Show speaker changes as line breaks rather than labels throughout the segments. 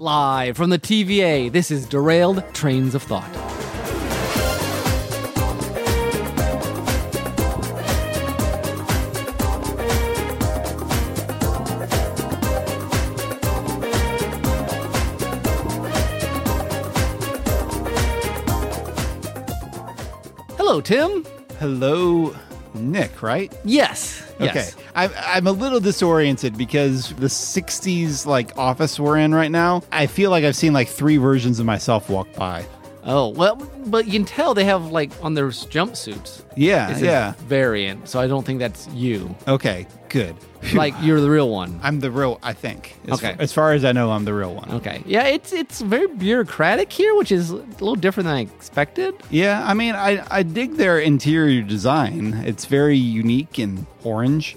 Live from the TVA, this is Derailed Trains of Thought. Hello, Tim.
Hello, Nick, right?
Yes. yes.
Okay. I'm, I'm a little disoriented because the 60s like office we're in right now, I feel like I've seen like three versions of myself walk by.
Oh, well, but you can tell they have like on their jumpsuits.
Yeah,
It says
yeah.
Variant. So I don't think that's you.
Okay, good. Phew.
Like you're the real one.
I'm the real, I think. As
Okay.
as far as I know, I'm the real one.
Okay. Yeah, it's it's very bureaucratic here, which is a little different than I expected.
Yeah, I mean, I, I dig their interior design. It's very unique and orange.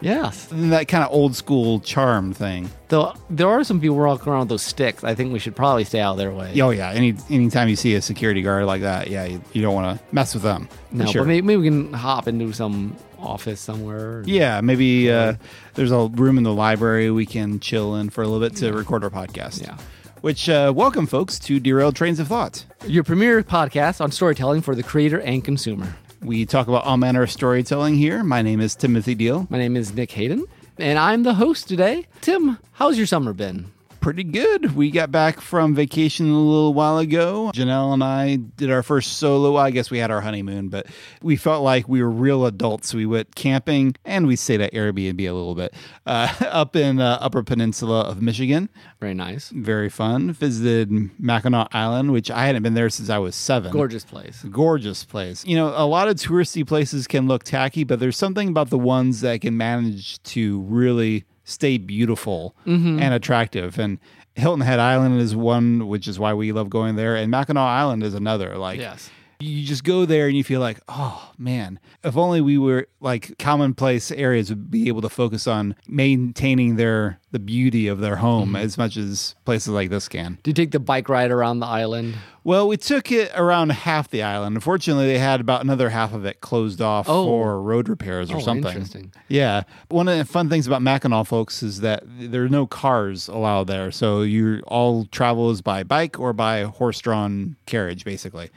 Yes.
And that kind of old school charm thing.
Though there are some people walking around with those sticks. I think we should probably stay out of their way.
Oh, yeah. Any Anytime you see a security guard like that, yeah, you, you don't want to mess with them. for
no,
sure.
but maybe, maybe we can hop into some office somewhere.
Yeah, maybe uh, there's a room in the library we can chill in for a little bit to record our podcast.
Yeah.
Which, uh, welcome, folks, to Derailed Trains of Thought.
Your premier podcast on storytelling for the creator and consumer.
We talk about all manner of storytelling here. My name is Timothy Deal.
My name is Nick Hayden, and I'm the host today. Tim, how's your summer been?
Pretty good. We got back from vacation a little while ago. Janelle and I did our first solo. I guess we had our honeymoon, but we felt like we were real adults. We went camping and we stayed at Airbnb a little bit uh, up in uh, Upper Peninsula of Michigan.
Very nice.
very fun. Visited Mackinac Island, which I hadn't been there since I was seven.
Gorgeous place.
Gorgeous place. You know, a lot of touristy places can look tacky, but there's something about the ones that can manage to really stay beautiful and attractive. And Hilton Head Island is one, which is why we love going there. And Mackinac Island is another. Like,
Yes.
you just go there and you feel like, oh man, if only we were like commonplace areas would be able to focus on maintaining their the beauty of their home as much as places like this can.
Do you take the bike ride around the island?
Well, we took it around half the island. Unfortunately, they had about another half of it closed off
Oh.
for road repairs or
Oh,
something.
interesting.
Yeah. One of the fun things about Mackinac, folks, is that there are no cars allowed there. So you all travel is by bike or by horse drawn carriage, basically.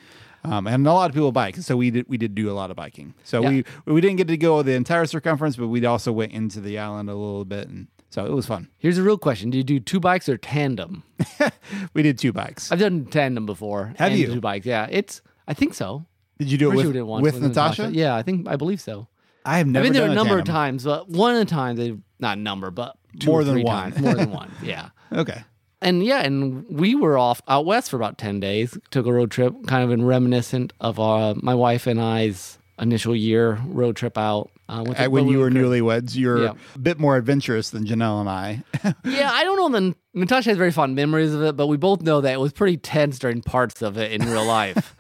Um, and a lot of people bike, so we did we did do a lot of biking. So
Yeah.
we we didn't get to go the entire circumference, but we also went into the island a little bit, and so it was fun.
Here's a real question: Do you do two bikes or tandem?
We did two bikes.
I've done tandem before.
Have
and
you?
Two bikes. Yeah, it's. I think so.
Did you do it
Pretty sure
with,
we did once
with, Natasha?
Yeah, I think I believe so.
I have never
I've been there
done
a number of
tandem.
times, but one of the times, they- not number, but two
More
or
than
three
one.
times, more than one. Yeah.
Okay.
And yeah, and we were off out west for about 10 days, took a road trip, kind of in reminiscent of uh, my wife and I's initial year road trip out. Uh, with
Uh, when you were newlyweds, you're
Yeah.
a bit more adventurous than Janelle and I.
Yeah, I don't know. The, Natasha has very fond memories of it, but we both know that it was pretty tense during parts of it in real life.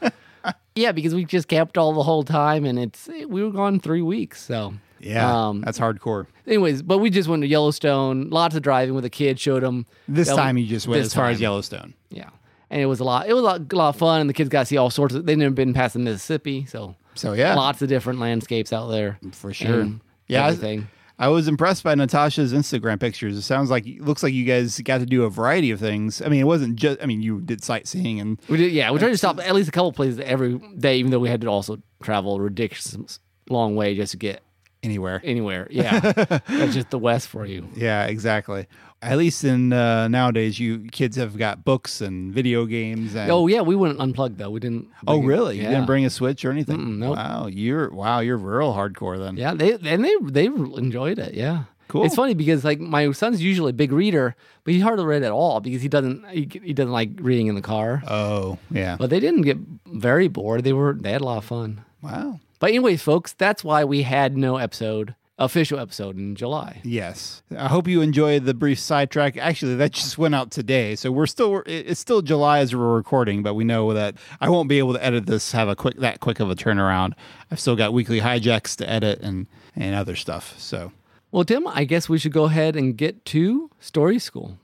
yeah, because we just camped all the whole time, and it's we were gone three weeks. So
yeah,
Um,
that's hardcore.
anyways, but we just went to Yellowstone. Lots of driving with the kids. Showed them
This
that
time
we-
you just went
this
as far as
time.
Yellowstone.
Yeah, and it was a lot. It was a lot, a lot of fun, and the kids got to see all sorts of. They've never been past the Mississippi, so
So yeah,
lots of different landscapes out there
for sure.
and
Yeah, I-
everything.
I was impressed by Natasha's Instagram pictures. It sounds like looks like you guys got to do a variety of things. I mean, it wasn't just. I mean, you did sightseeing and
We did, yeah. We tried to stop at least a couple places every day, even though we had to also travel a ridiculous long way just to get
anywhere.
anywhere. Yeah, that's just the West for you.
Yeah, exactly. At least in uh, nowadays, you kids have got books and video games. And,
Oh yeah, we wouldn't unplug though. We didn't.
Oh,
bring it-
really?
Yeah.
You didn't bring a switch or anything?
nope.
Wow, you're wow, you're real hardcore then.
Yeah, they and they they enjoyed it. Yeah,
Cool.
It's funny because like my son's usually a big reader, but he hardly read at all because he doesn't he, he doesn't like reading in the car.
Oh, yeah.
But they didn't get very bored. They were they had a lot of fun.
Wow.
But anyways, folks, that's why we had no episode official episode in July.
Yes. I hope you enjoyed the brief sidetrack. Actually, that just went out today. So we're still it- it's still July as we're recording, but we know that I won't be able to edit this have a quick that quick of a turnaround. I've still got weekly hijacks to edit and and other stuff. So
Well, Tim, I guess we should go ahead and get to story school.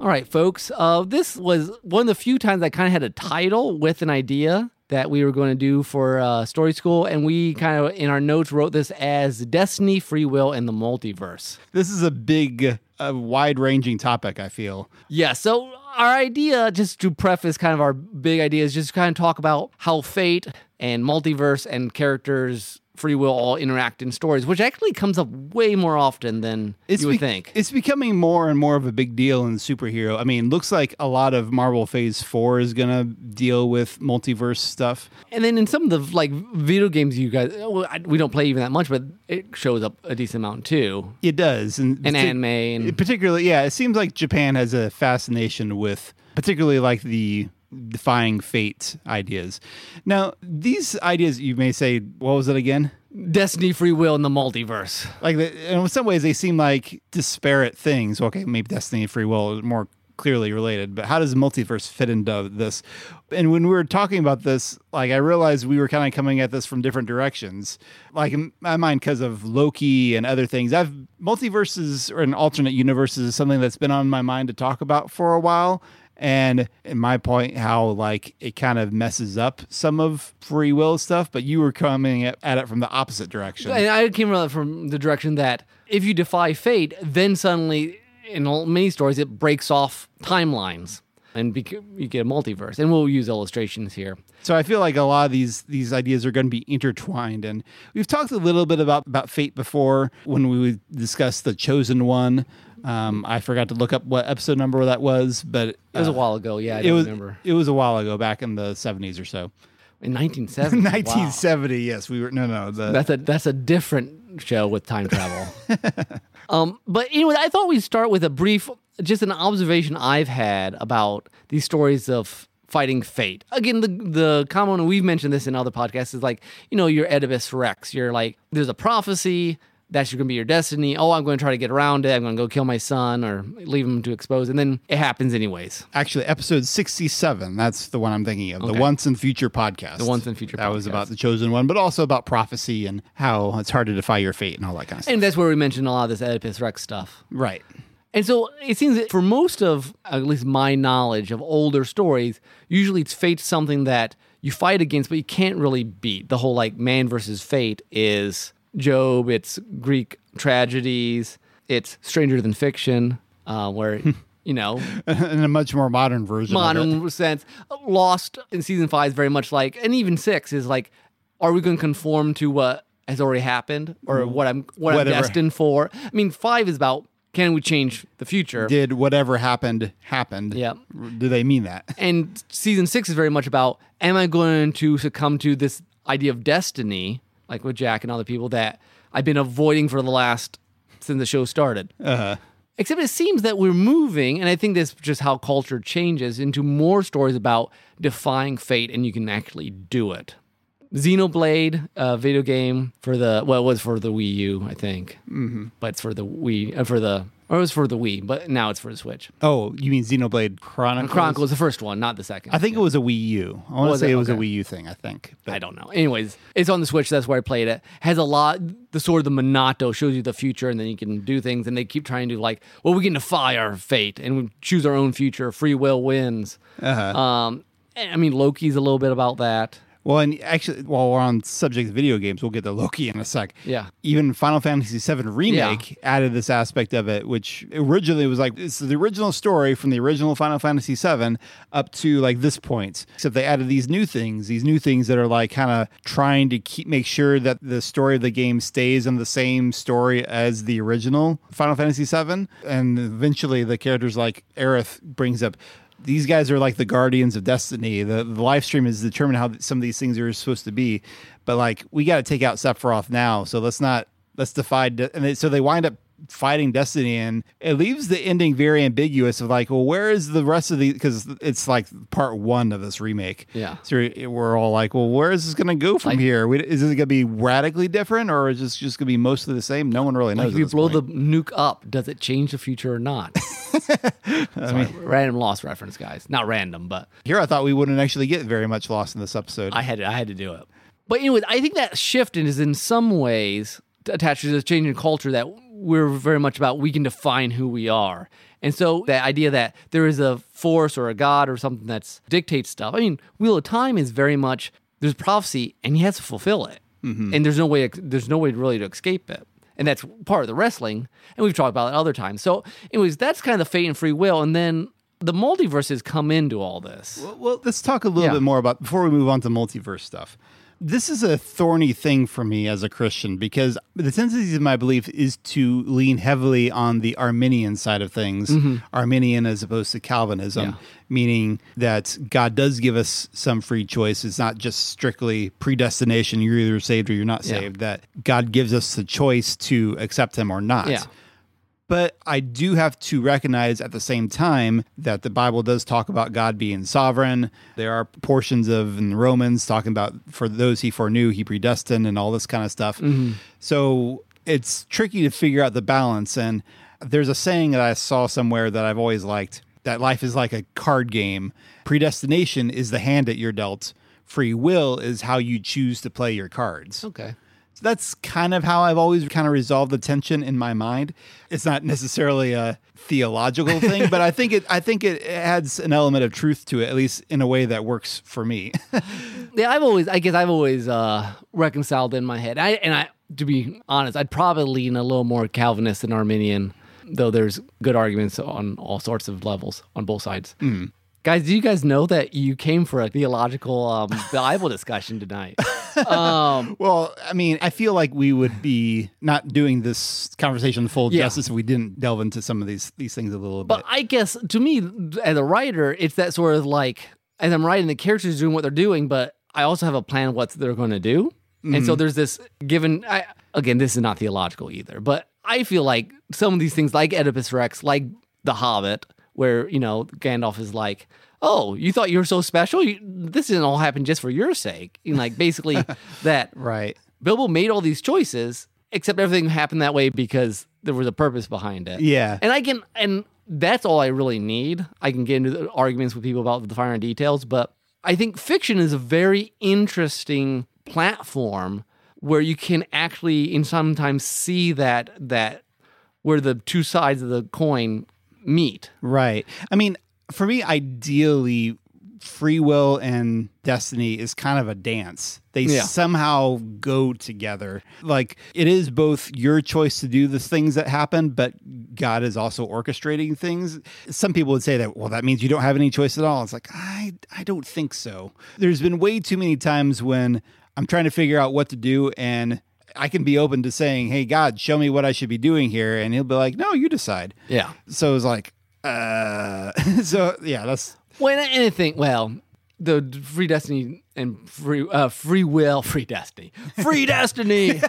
All right, folks. Uh, this was one of the few times I kind of had a title with an idea that we were going to do for uh, Story School, and we kind of in our notes wrote this as Destiny, Free Will, and the Multiverse.
This is a big, uh, wide ranging topic, I feel.
Yeah, so our idea, just to preface kind of our big idea, is just kind of talk about how fate and multiverse and characters' free will all interact in stories, which actually comes up way more often than you would
be-
think.
It's becoming more and more of a big deal in superhero. I mean, looks like a lot of Marvel Phase 4 is going to deal with multiverse stuff.
And then in some of the like video games, you guys oh, well, I- we don't play even that much, but it shows up a decent amount too.
It does. And,
And
partic-
anime and
Particularly, yeah, it seems like Japan has a fascination with particularly like the defying fate ideas. Now, these ideas, you may say, what was it again?
Destiny, free will, and the multiverse.
Like, the- in some ways, they seem like disparate things. Okay, maybe destiny and free will are more clearly related, but how does multiverse fit into this? And when we were talking about this, like, I realized we were kind of coming at this from different directions. Like, in my mind, because of Loki and other things, I've multiverses or an alternate universes is something that's been on my mind to talk about for a while. And in my point, how like it kind of messes up some of free will stuff, but you were coming at, at it from the opposite direction.
And I came around from the direction that if you defy fate, then suddenly in all- many stories it breaks off timelines and bec- you get a multiverse. And we'll use illustrations here.
So I feel like a lot of these these ideas are going to be intertwined, and we've talked a little bit about about fate before when we discussed the chosen one. Um, I forgot to look up what episode number that was, but
It was
uh,
a while ago. Yeah, I
it
don't
was
remember.
it was a while ago, back in the seventies or so.
In 1970. wow.
1970, yes, we were no no the,
That's a that's a different show with time travel. um, but anyway, I thought we'd start with a brief, just an observation I've had about these stories of fighting fate. Again, the the common and we've mentioned this in other podcasts is like you know your Oedipus Rex. You're like there's a prophecy. That's going to be your destiny. Oh, I'm going to try to get around it. I'm going to go kill my son or leave him to expose. And then it happens anyways.
actually episode 67. That's the one I'm thinking of, the
Okay.
Once and Future podcast. The
Once and Future
that was
podcast.
about the chosen one, but also about prophecy and how it's hard to defy your fate and all that kind of stuff.
And that's where we mentioned a lot of this Oedipus Rex stuff.
right.
And so it seems that for most of, at least my knowledge of older stories, usually it's fate's something that you fight against, but you can't really beat. The whole like man versus fate is Job, it's Greek tragedies, it's Stranger Than Fiction, uh, where, you know,
in a much more modern version. of it.
modern sense. Lost in season five is very much like, and even six is like, are we going to conform to what has already happened or what I'm what
Whatever.
I'm destined for? I mean, five is about can we change the future?
did whatever happened happened.
Yeah.
Do they mean that?
and season six is very much about am I going to succumb to this idea of destiny, like with Jack and other people that I've been avoiding for the last since the show started. Except it seems that we're moving, and I think that's just how culture changes into more stories about defying fate, and you can actually do it. Xenoblade, uh, video game for the well, it was for the Wii U, I think, mm-hmm. but it's for the Wii uh, for the or it was for the Wii, but now it's for the Switch.
Oh, you mean Xenoblade Chronicles?
Chronicle was the first one, not the second.
I think it was a Wii U. I want to
Was
say
it?
it was a
Okay.
Wii U thing. I think. But
I don't know. Anyways, it's on the Switch. That's where I played it. Has a lot. The sword of the Minato shows you the future, and then you can do things. And they keep trying to like, well, we can defy our fate and we choose our own future. Free will wins. Uh-huh. Um, and, I mean, Loki's a little bit about that.
Well, and actually, while we're on subject of video games, we'll get to Loki in a sec.
Yeah.
Even Final Fantasy VII Remake added this aspect of it, which originally was like it's the original story from the original Final Fantasy VII up to like this point. Except they added these new things, these new things that are like kind of trying to keep make sure that the story of the game stays on the same story as the original Final Fantasy VII. And eventually, the characters like Aerith brings up these guys are like the guardians of destiny. The, the live stream is determined how some of these things are supposed to be, but like we got to take out Sephiroth now. So let's not let's defy. De- and they, so they wind up fighting destiny, and it leaves the ending very ambiguous. Of like, well, where is the rest of the? Because it's like part one of this remake.
Yeah.
So we- we're all like, well, where is this going to go from here? We, is this going to be radically different, or is this just going to be mostly the same? No one really knows.
If
at
you
this
blow
point.
the nuke up, does it change the future or not? Sorry, random lost reference, guys. Not random, but
here, I thought we wouldn't actually get very much lost in this episode.
I had to, I had to do it. But anyway, I think that shift is in some ways attached to this change in culture that we're very much about we can define who we are. And so the idea that there is a force or a god or something that's dictates stuff. I mean, Wheel of Time is very much there's prophecy and he has to fulfill it. And there's no way there's no way really to escape it. And that's part of the wrestling. And we've talked about it other times. So anyways, that's kind of the fate and free will. And then the multiverses come into all this.
Well, well, let's talk a little
Yeah.
bit more about before we move on to multiverse stuff. This is a thorny thing for me as a Christian because the tendency of my belief is to lean heavily on the Arminian side of things, Arminian as opposed to Calvinism,
Mm-hmm. Yeah.
meaning that God does give us some free choice. It's not just strictly predestination, you're either saved or you're not
Yeah.
saved, that God gives us the choice to accept Him or not
Yeah.
but I do have to recognize at the same time that the Bible does talk about God being sovereign. There are portions of in Romans talking about for those he foreknew, he predestined, and all this kind of stuff. So it's tricky to figure out the balance. And there's a saying that I saw somewhere that I've always liked that life is like a card game. Predestination is the hand that you're dealt, free will is how you choose to play your cards.
Okay.
So that's kind of how I've always kind of resolved the tension in my mind. It's not necessarily a theological thing, but I think it I think it adds an element of truth to it, at least in a way that works for me.
Yeah, I've always, I guess I've always uh, reconciled in my head. I and I, to be honest, I'd probably lean a little more Calvinist than Arminian, though there's good arguments on all sorts of levels on both sides. Guys, do you guys know that you came for a theological um, Bible discussion tonight? Um,
well, I mean, I feel like we would be not doing this conversation full
Yeah.
justice if we didn't delve into some of these these things a little
but
bit.
I guess to me, as a writer, it's that sort of like, as I'm writing, the characters doing what they're doing, but I also have a plan of what they're going to do. And so there's this given, I, again, this is not theological either, but I feel like some of these things, like Oedipus Rex, like The Hobbit, where, you know, Gandalf is like, oh, you thought you were so special? You, this didn't all happen just for your sake. And like basically that
Right.
Bilbo made all these choices, except everything happened that way because there was a purpose behind it.
Yeah.
And I can, and that's all I really need. I can get into the arguments with people about the finer details, but I think fiction is a very interesting platform where you can actually, and sometimes see that that where the two sides of the coin meet.
Right. I mean, for me, ideally, free will and destiny is kind of a dance. They
Yeah.
somehow go together. Like, it is both your choice to do the things that happen, but God is also orchestrating things. Some people would say that, well, that means you don't have any choice at all. It's like, I, I don't think so. There's been way too many times when I'm trying to figure out what to do and I can be open to saying, "Hey God, show me what I should be doing here," and He'll be like, "No, you decide."
Yeah.
So it was like, uh, so yeah, that's
When anything, well, the free destiny and free uh, free will, free destiny, free destiny,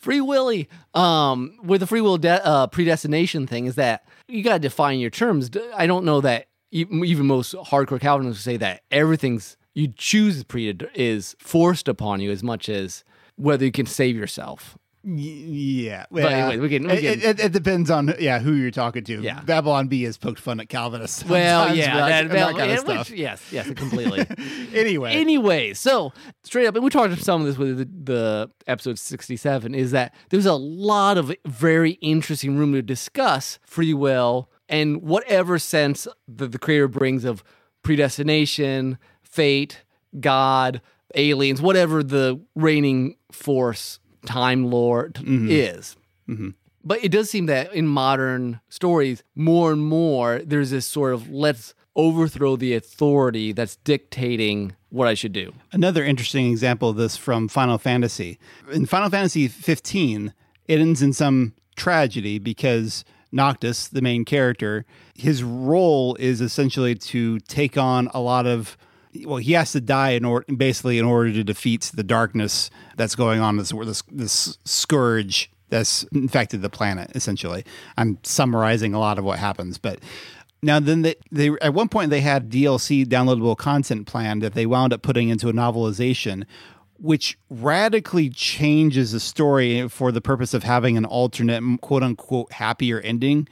free willy. Um, with the free will de- uh, predestination thing is that you gotta define your terms. D- I don't know that e- even most hardcore Calvinists say that everything's you choose pre is forced upon you as much as whether you can save yourself.
y- yeah.
anyway, we can- we
it, it- it, it depends on yeah who you're talking to.
Yeah.
Babylon B has poked fun at Calvinists.
Well,
sometimes
yeah,
about-
that,
about
well,
kind of
yeah, which-
stuff.
yes, yes, completely.
Anyway,
Anyway, so straight up, and we talked about some of this with the, the episode 67, is that there's a lot of very interesting room to discuss free will and whatever sense that the creator brings of predestination, fate, God, aliens, whatever the reigning force, time lord is. But it does seem that in modern stories, more and more, there's this sort of let's overthrow the authority that's dictating what I should do.
another interesting example of this from Final Fantasy. In Final Fantasy 15, it ends in some tragedy because Noctis, the main character, his role is essentially to take on a lot of well, he has to die in order, basically, in order to defeat the darkness that's going on this this, this scourge that's infected the planet. Essentially, I'm summarizing a lot of what happens, but now then they, they at one point they had DLC downloadable content planned that they wound up putting into a novelization which radically changes the story for the purpose of having an alternate quote unquote happier ending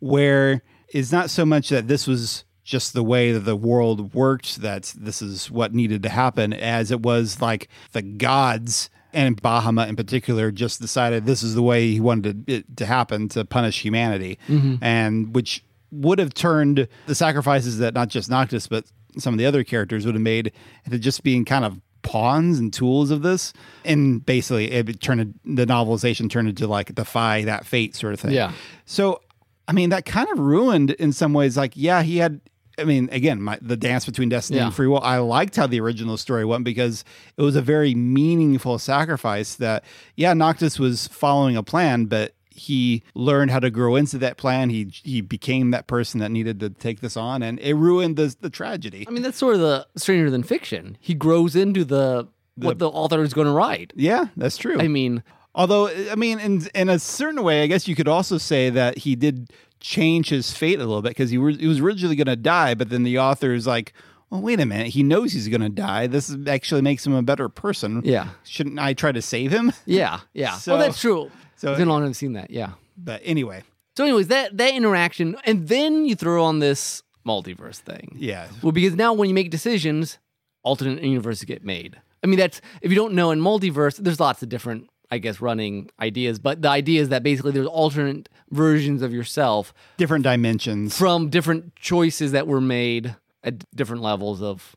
where it's not so much that this was just the way that the world worked that this is what needed to happen as it was like the gods and Bahama in particular just decided this is the way he wanted it to happen to punish humanity, and which would have turned the sacrifices that not just Noctis but some of the other characters would have made into just being kind of pawns and tools of this, and basically it turned the novelization turned into like defy that fate sort of thing.
Yeah.
So, I mean, that kind of ruined in some ways. Like, yeah, he had. I mean, again, my, the dance between destiny
Yeah.
and free will. I liked how the original story went because it was a very meaningful sacrifice. That yeah, Noctis was following a plan, but he learned how to grow into that plan. He he became that person that needed to take this on, and it ruined the the tragedy.
I mean, that's sort of the stranger than fiction. He grows into the, what the author is going to write.
Yeah, that's true.
I mean,
Although, I mean, in in a certain way, I guess you could also say that he did change his fate a little bit because he, were- he was originally going to die, but then the author is like, "Well, wait a minute. He knows he's going to die. This is- actually makes him a better person.
Yeah.
shouldn't I try to save him?"
yeah, yeah.
So-
well, that's true.
so-
So it's been long since I've seen that. Yeah.
But anyway,
So, anyways, that that interaction, and then you throw on this multiverse thing.
yeah,
Well, because now when you make decisions, alternate universes get made. I mean, that's if you don't know in multiverse, there's lots of different, I guess, running ideas. But the idea is that basically there's alternate versions of yourself
different dimensions.
from different choices that were made at different levels of.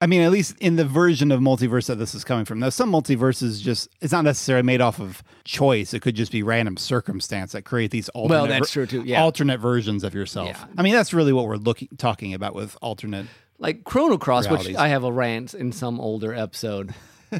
I mean, at least in the version of multiverse that this is coming from. Now, some multiverses just it's not necessarily made off of choice. It could just be random circumstance that create these alternate
that's true, too. Yeah.
alternate versions of yourself.
Yeah.
I mean, that's really what we're looking talking about with alternate.
Like Chrono Cross, which
Realities.
I have a rant in some older episode,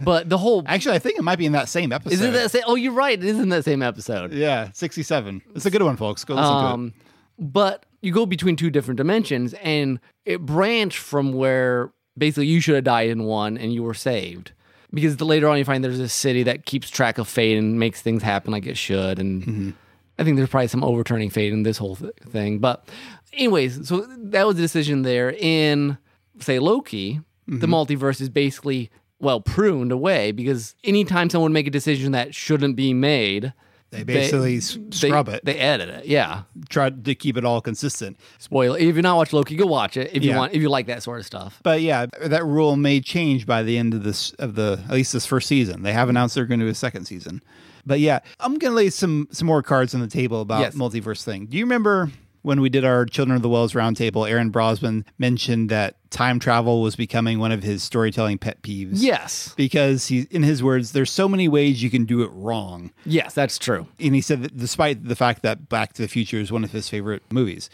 but the whole
Actually, I think it might be in that same episode.
isn't that say? Oh, you're right. It is in that same episode.
Yeah, 67. It's a good one, folks. Go listen to it.
Um, but you go between two different dimensions, and it branched from where basically you should have died in one and you were saved. Because the, later on, you find there's this city that keeps track of fate and makes things happen like it should. And
Mm-hmm.
I think there's probably some overturning fate in this whole th- thing. But, anyways, so that was the decision there. In, say, Loki,
Mm-hmm.
the multiverse is basically, well, pruned away because anytime someone make a decision that shouldn't be made,
They basically s- scrub it,
They edit it. Yeah
tried to keep it all consistent.
spoiler. If you're not watch Loki, go watch it if you
Yeah.
want. If you like that sort of stuff.
But yeah, that rule may change by the end of this of the at least this first season. They have announced they're going to do a second season. But yeah, I'm going to lay some some more cards on the table about
Yes.
multiverse thing. Do you remember when we did our Children of the Wells roundtable? Aaron Brosman mentioned that time travel was becoming one of his storytelling pet peeves.
Yes,
Because he, in his words, there's so many ways you can do it wrong.
yes, that's true.
and he said that despite the fact that Back to the Future is one of his favorite movies.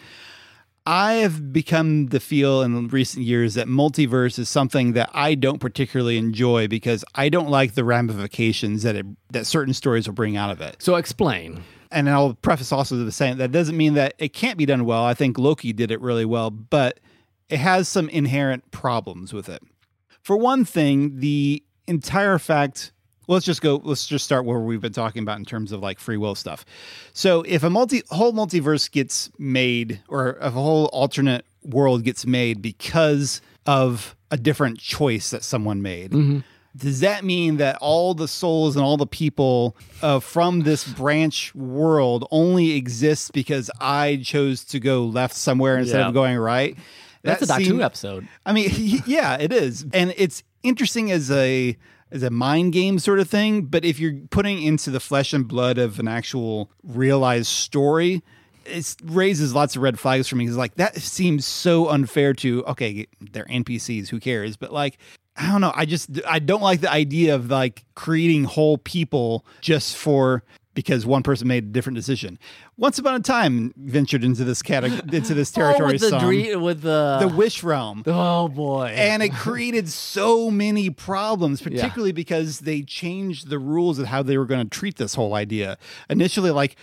I have become to feel in recent years that multiverse is something that I don't particularly enjoy because I don't like the ramifications that it, that certain stories will bring out of it.
So explain.
And I'll preface also the saying that doesn't mean that it can't be done well. I think Loki did it really well, but it has some inherent problems with it. For one thing, the entire fact. well, Let's just go. Let's just start where we've been talking about in terms of like free will stuff. So, if a multi whole multiverse gets made, or if a whole alternate world gets made because of a different choice that someone made,
Mm-hmm.
does that mean that all the souls and all the people uh, from this branch world only exist because I chose to go left somewhere instead
Yeah.
of going right?
That's
That
a Doctor
seem-
Who episode.
I mean, yeah, it is, and it's interesting as a as a mind game sort of thing. But if you're putting into the flesh and blood of an actual realized story, it raises lots of red flags for me because like that seems so unfair to okay, they're NPCs, who cares? But like. I don't know. I just I don't like the idea of like creating whole people just for because one person made a different decision. Once upon a time, ventured into this category into this
Oh,
territory.
with the
some
dream, with the,
the wish realm
oh boy.
and it created so many problems particularly because they changed the rules of how they were going to treat this whole idea initially like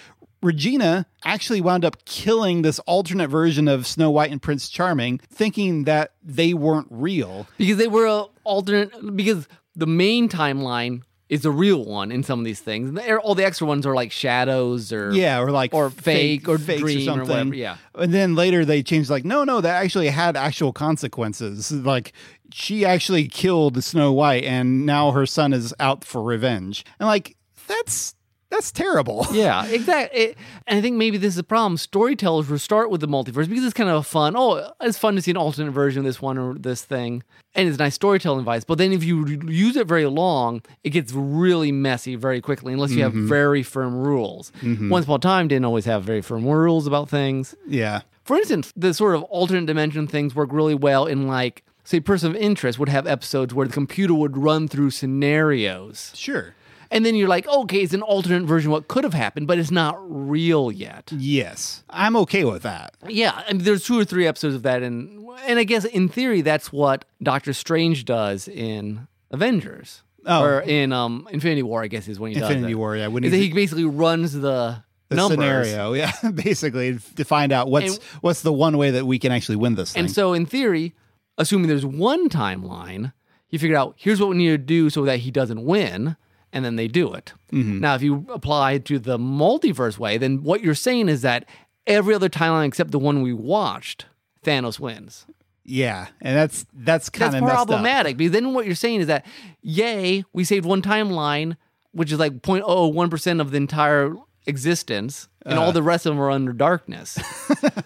regina actually wound up killing this alternate version of snow white and prince charming thinking that they weren't real
because they were a alternate. Because the main timeline is the real one in some of these things. And the- all the extra ones are like shadows or
yeah or like
Or fake or
fakes
dream or whatever, yeah.
and then later they changed like no no that actually had actual consequences like she actually killed snow white and now her son is out for revenge and like that's That's terrible.
Yeah, exactly. It, and I think maybe this is a problem. Storytellers will start with the multiverse because it's kind of a fun. Oh, it's fun to see an alternate version of this one or this thing, and it's nice storytelling advice. But then if you re- use it very long, it gets really messy very quickly unless you have very firm rules. Once upon a time didn't always have very firm rules about things.
Yeah.
For instance, the sort of alternate dimension things work really well in like. Say, person of interest would have episodes where the computer would run through scenarios.
Sure.
And then you're like, okay, it's an alternate version of what could have happened, but it's not real yet.
Yes. I'm okay with that.
Yeah, and there's two or three episodes of that, and and I guess in theory that's what Doctor Strange does in Avengers
Oh.
or in um Infinity War. I guess is when he does
Infinity
it.
War, yeah. When
Is that
he's-
he basically runs the,
the
numbers.
scenario, yeah, basically to find out what's
And-
what's the one way that we can actually win this thing.
And so in theory, assuming there's one timeline, you figure out here's what we need to do so that he doesn't win, and then they do it.
Mm-hmm.
Now, if you apply to the multiverse way, then what you're saying is that every other timeline except the one we watched, Thanos wins.
yeah, and that's that's kind
That's
of messed up.
problematic because then what you're saying is that, yay, we saved one timeline, which is like 0.001% of the entire existence, and
Uh-huh.
all the rest of them are under darkness.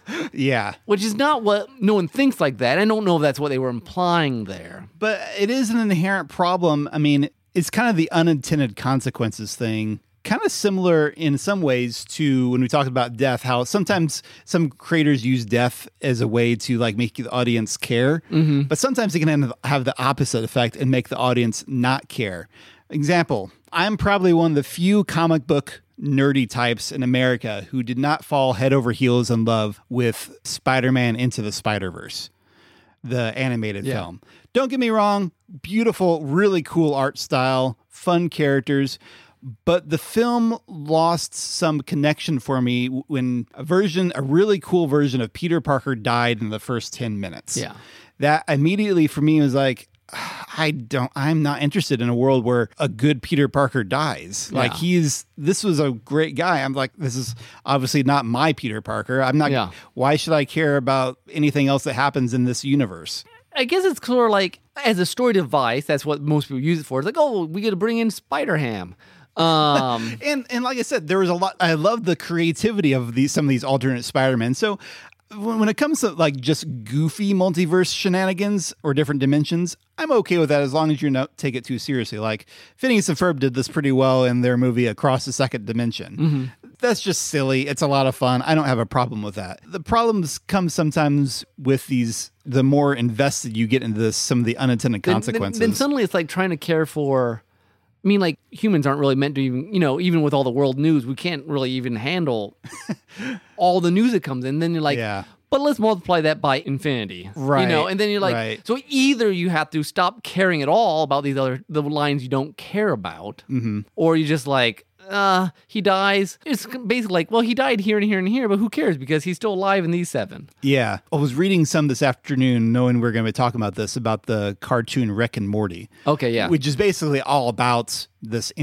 Yeah,
which is not what no one thinks like that. I don't know if that's what they were implying there.
but it is an inherent problem. I mean, it's kind of the unintended consequences thing. Kind of similar in some ways to when we talked about death, how sometimes some creators use death as a way to like make the audience care, but sometimes it can have- have the opposite effect and make the audience not care. Example I'm probably one of the few comic book nerdy types in America who did not fall head over heels in love with Spider Man Into the Spider Verse the animated film. Don't get me wrong, beautiful, really cool art style, fun characters, but the film lost some connection for me w- when a version, a really cool version of Peter Parker died in the first 10 minutes.
Yeah.
That immediately for me was like, I don't, I'm not interested in a world where a good Peter Parker dies. Like,
Yeah.
he's, this was a great guy. I'm like, this is obviously not my Peter Parker. I'm not,
Yeah.
why should I care about anything else that happens in this universe?
I guess it's sort of like as a story device. That's what most people use it for. It's like, oh, we got to bring in Spider Ham. Um,
And and like I said, there was a lot. I love the creativity of these some of these alternate Spider Men. So when, when it comes to like just goofy multiverse shenanigans or different dimensions, I'm okay with that as long as you don't take it too seriously. Like Phineas and Ferb did this pretty well in their movie Across the Second Dimension.
Mm-hmm.
That's just silly. It's a lot of fun. I don't have a problem with that. The problems come sometimes with these. The more invested you get into this, some of the unintended
then-
consequences.
Then, then suddenly it's like trying to care for. I mean, like humans aren't really meant to even, you know, even with all the world news, we can't really even handle all the news that comes in. Then you're like,
Yeah.
but let's multiply that by infinity, You
Right,
know, and then you're like,
right.
so either you have to stop caring at all about these other the lines you don't care about,
Mm-hmm.
or you just like, uh, he dies. It's basically like, well, he died here and here and here, but who cares because he's still alive in these seven.
Yeah. I was reading some this afternoon, knowing we are going to be talking about this, about the cartoon Rick and Morty.
Okay, Oh, yeah.
Which is basically all about this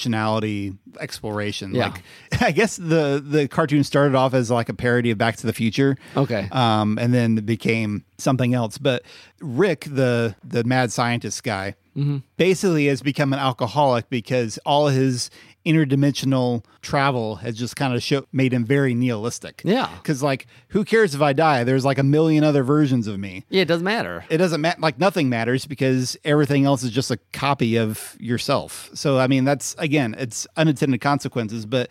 interdimensionality exploration.
Yeah.
Like, I guess the, the cartoon started off as like a parody of Back to the Future.
Okay.
Um, and then it became something else. But Rick, the, the mad scientist guy,
Mm-hmm.
basically has become an alcoholic because all his interdimensional travel has just kind of show, made him very nihilistic.
Yeah.
Because, like, who cares if I die? There's like a million other versions of me.
yeah, it doesn't matter.
It doesn't matter. Like, nothing matters because everything else is just a copy of yourself. So, I mean, that's again, it's unintended consequences. But,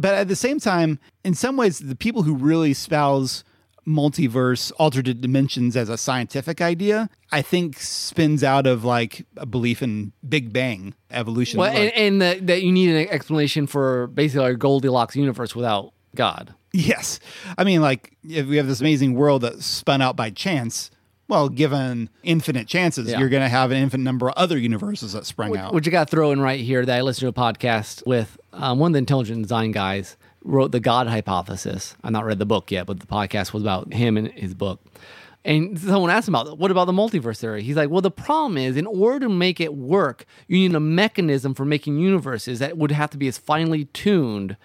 but at the same time, in some ways, the people who really spouse multiverse, alternate dimensions as a scientific idea, I think spins out of like a belief in Big Bang evolution.
Well,
Like-
and, and that, that you need an explanation for basically our Goldilocks universe without God.
Yes. I mean, like, if we have this amazing world that's spun out by chance, well, given infinite chances,
Yeah.
you're going to have an infinite number of other universes that spring out.
Which I got to throw in right here that I listened to a podcast with um, one of the intelligent design guys wrote the God hypothesis. I've not read the book yet, but the podcast was about him and his book. And someone asked him about what about the multiverse theory? He's like, well, the problem is in order to make it work, you need a mechanism for making universes that would have to be as finely tuned.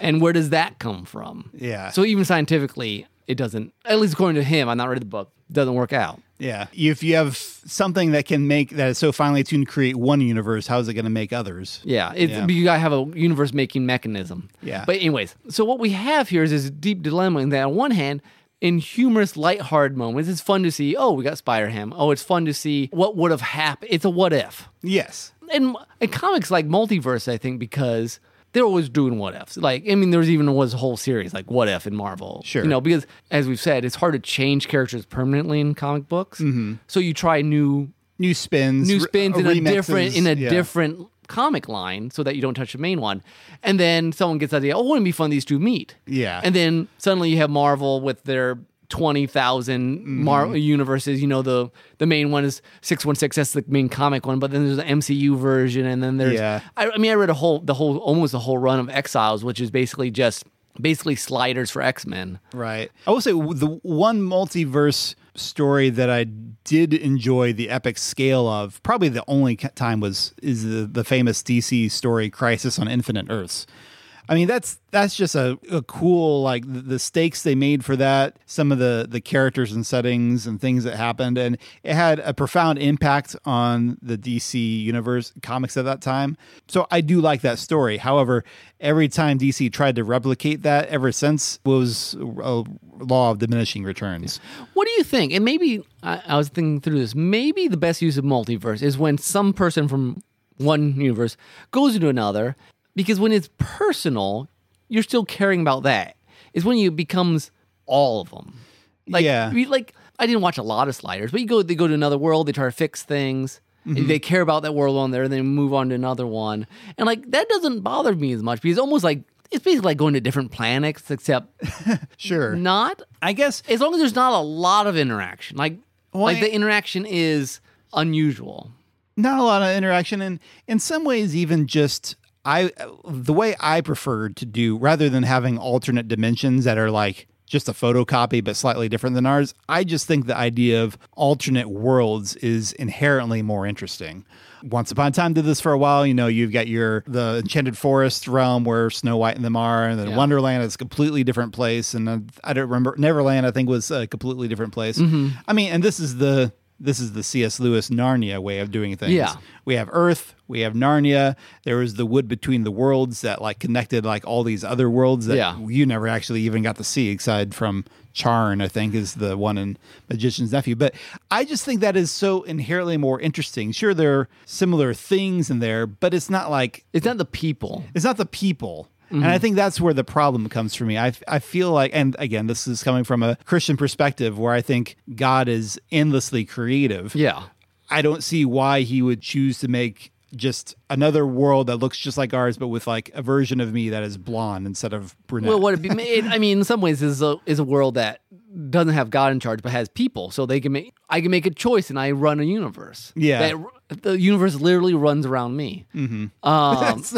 and where does that come from?
Yeah.
So even scientifically, it doesn't. At least according to him, I'm not read the book. Doesn't work out.
Yeah. If you have something that can make that is so finely tuned to create one universe, how is it going to make others?
Yeah, it's,
Yeah.
you gotta have a universe making mechanism.
Yeah.
But anyways, so what we have here is this deep dilemma in that on one hand, in humorous, lighthearted moments, it's fun to see. Oh, we got Spider Ham. Oh, it's fun to see what would have happened. It's a what if.
Yes.
And, and comics like multiverse, I think, because they're always doing what ifs. Like, I mean, there was even was a whole series like what if in Marvel.
Sure.
You know, because as we've said, it's hard to change characters permanently in comic books. Mm-hmm. So you try new
New spins.
new
re- uh,
spins in a
remixes.
different in a
Yeah.
different comic line so that you don't touch the main one. And then someone gets the idea, oh, wouldn't it be fun these two meet?
Yeah.
And then suddenly you have Marvel with their twenty
Mm-hmm.
Marvel universes. You know, the the main one is six one six, that's the main comic one, but then there's the MCU version and then there's
Yeah.
I, I mean I read a whole the whole almost the whole run of Exiles, which is basically just basically sliders for X Men.
Right. I will say w- the one multiverse story that I did enjoy the epic scale of, probably the only ca- time was is the, the famous DC story Crisis on Infinite Earths. I mean that's that's just a, a cool like the, the stakes they made for that, some of the the characters and settings and things that happened and it had a profound impact on the DC universe comics at that time. So I do like that story. However, every time DC tried to replicate that ever since was a law of diminishing returns.
What do you think? And maybe I, I was thinking through this. Maybe the best use of multiverse is when some person from one universe goes into another, because when it's personal, you're still caring about that. It's when you becomes all of them. Like,
Yeah.
you- like I didn't watch a lot of sliders, but you go, they go to another world, they try to fix things. They care about that world on there, and then move on to another one. And like that doesn't bother me as much because it's almost like it's basically like going to different planets, except
Sure.
not
I guess
as long as there's not a lot of interaction like like
I-
the interaction is unusual
not a lot of interaction and in some ways even just i the way i preferred to do rather than having alternate dimensions that are like just a photocopy but slightly different than ours i just think the idea of alternate worlds is inherently more interesting once upon a time did this for a while you know you've got your the enchanted forest realm where snow white and them are and then
Yeah.
wonderland is a completely different place and uh, i don't remember neverland i think was a completely different place i mean and this is the this is the cs lewis narnia way of doing things things.
Yeah.
We have Earth, we have Narnia. There was the wood between the worlds that like connected like all these other worlds that
Yeah.
you never actually even got to see aside from Charn, I think is the one in Magician's Nephew. But I just think that is so inherently more interesting. Sure, there are similar things in there, but it's not like
it's not the people
it's not the people. And
Mm-hmm.
I think that's where the problem comes for me. I, I feel like, and again, this is coming from a Christian perspective where I think God is endlessly creative.
yeah
I don't see why he would choose to make just another world that looks just like ours, but with like a version of me that is blonde instead of brunette.
well what it be it, i mean in some ways this is a is a world that doesn't have god in charge but has people so they can make i can make a choice and i run a universe
Yeah.
that, the universe literally runs around me um,
that's,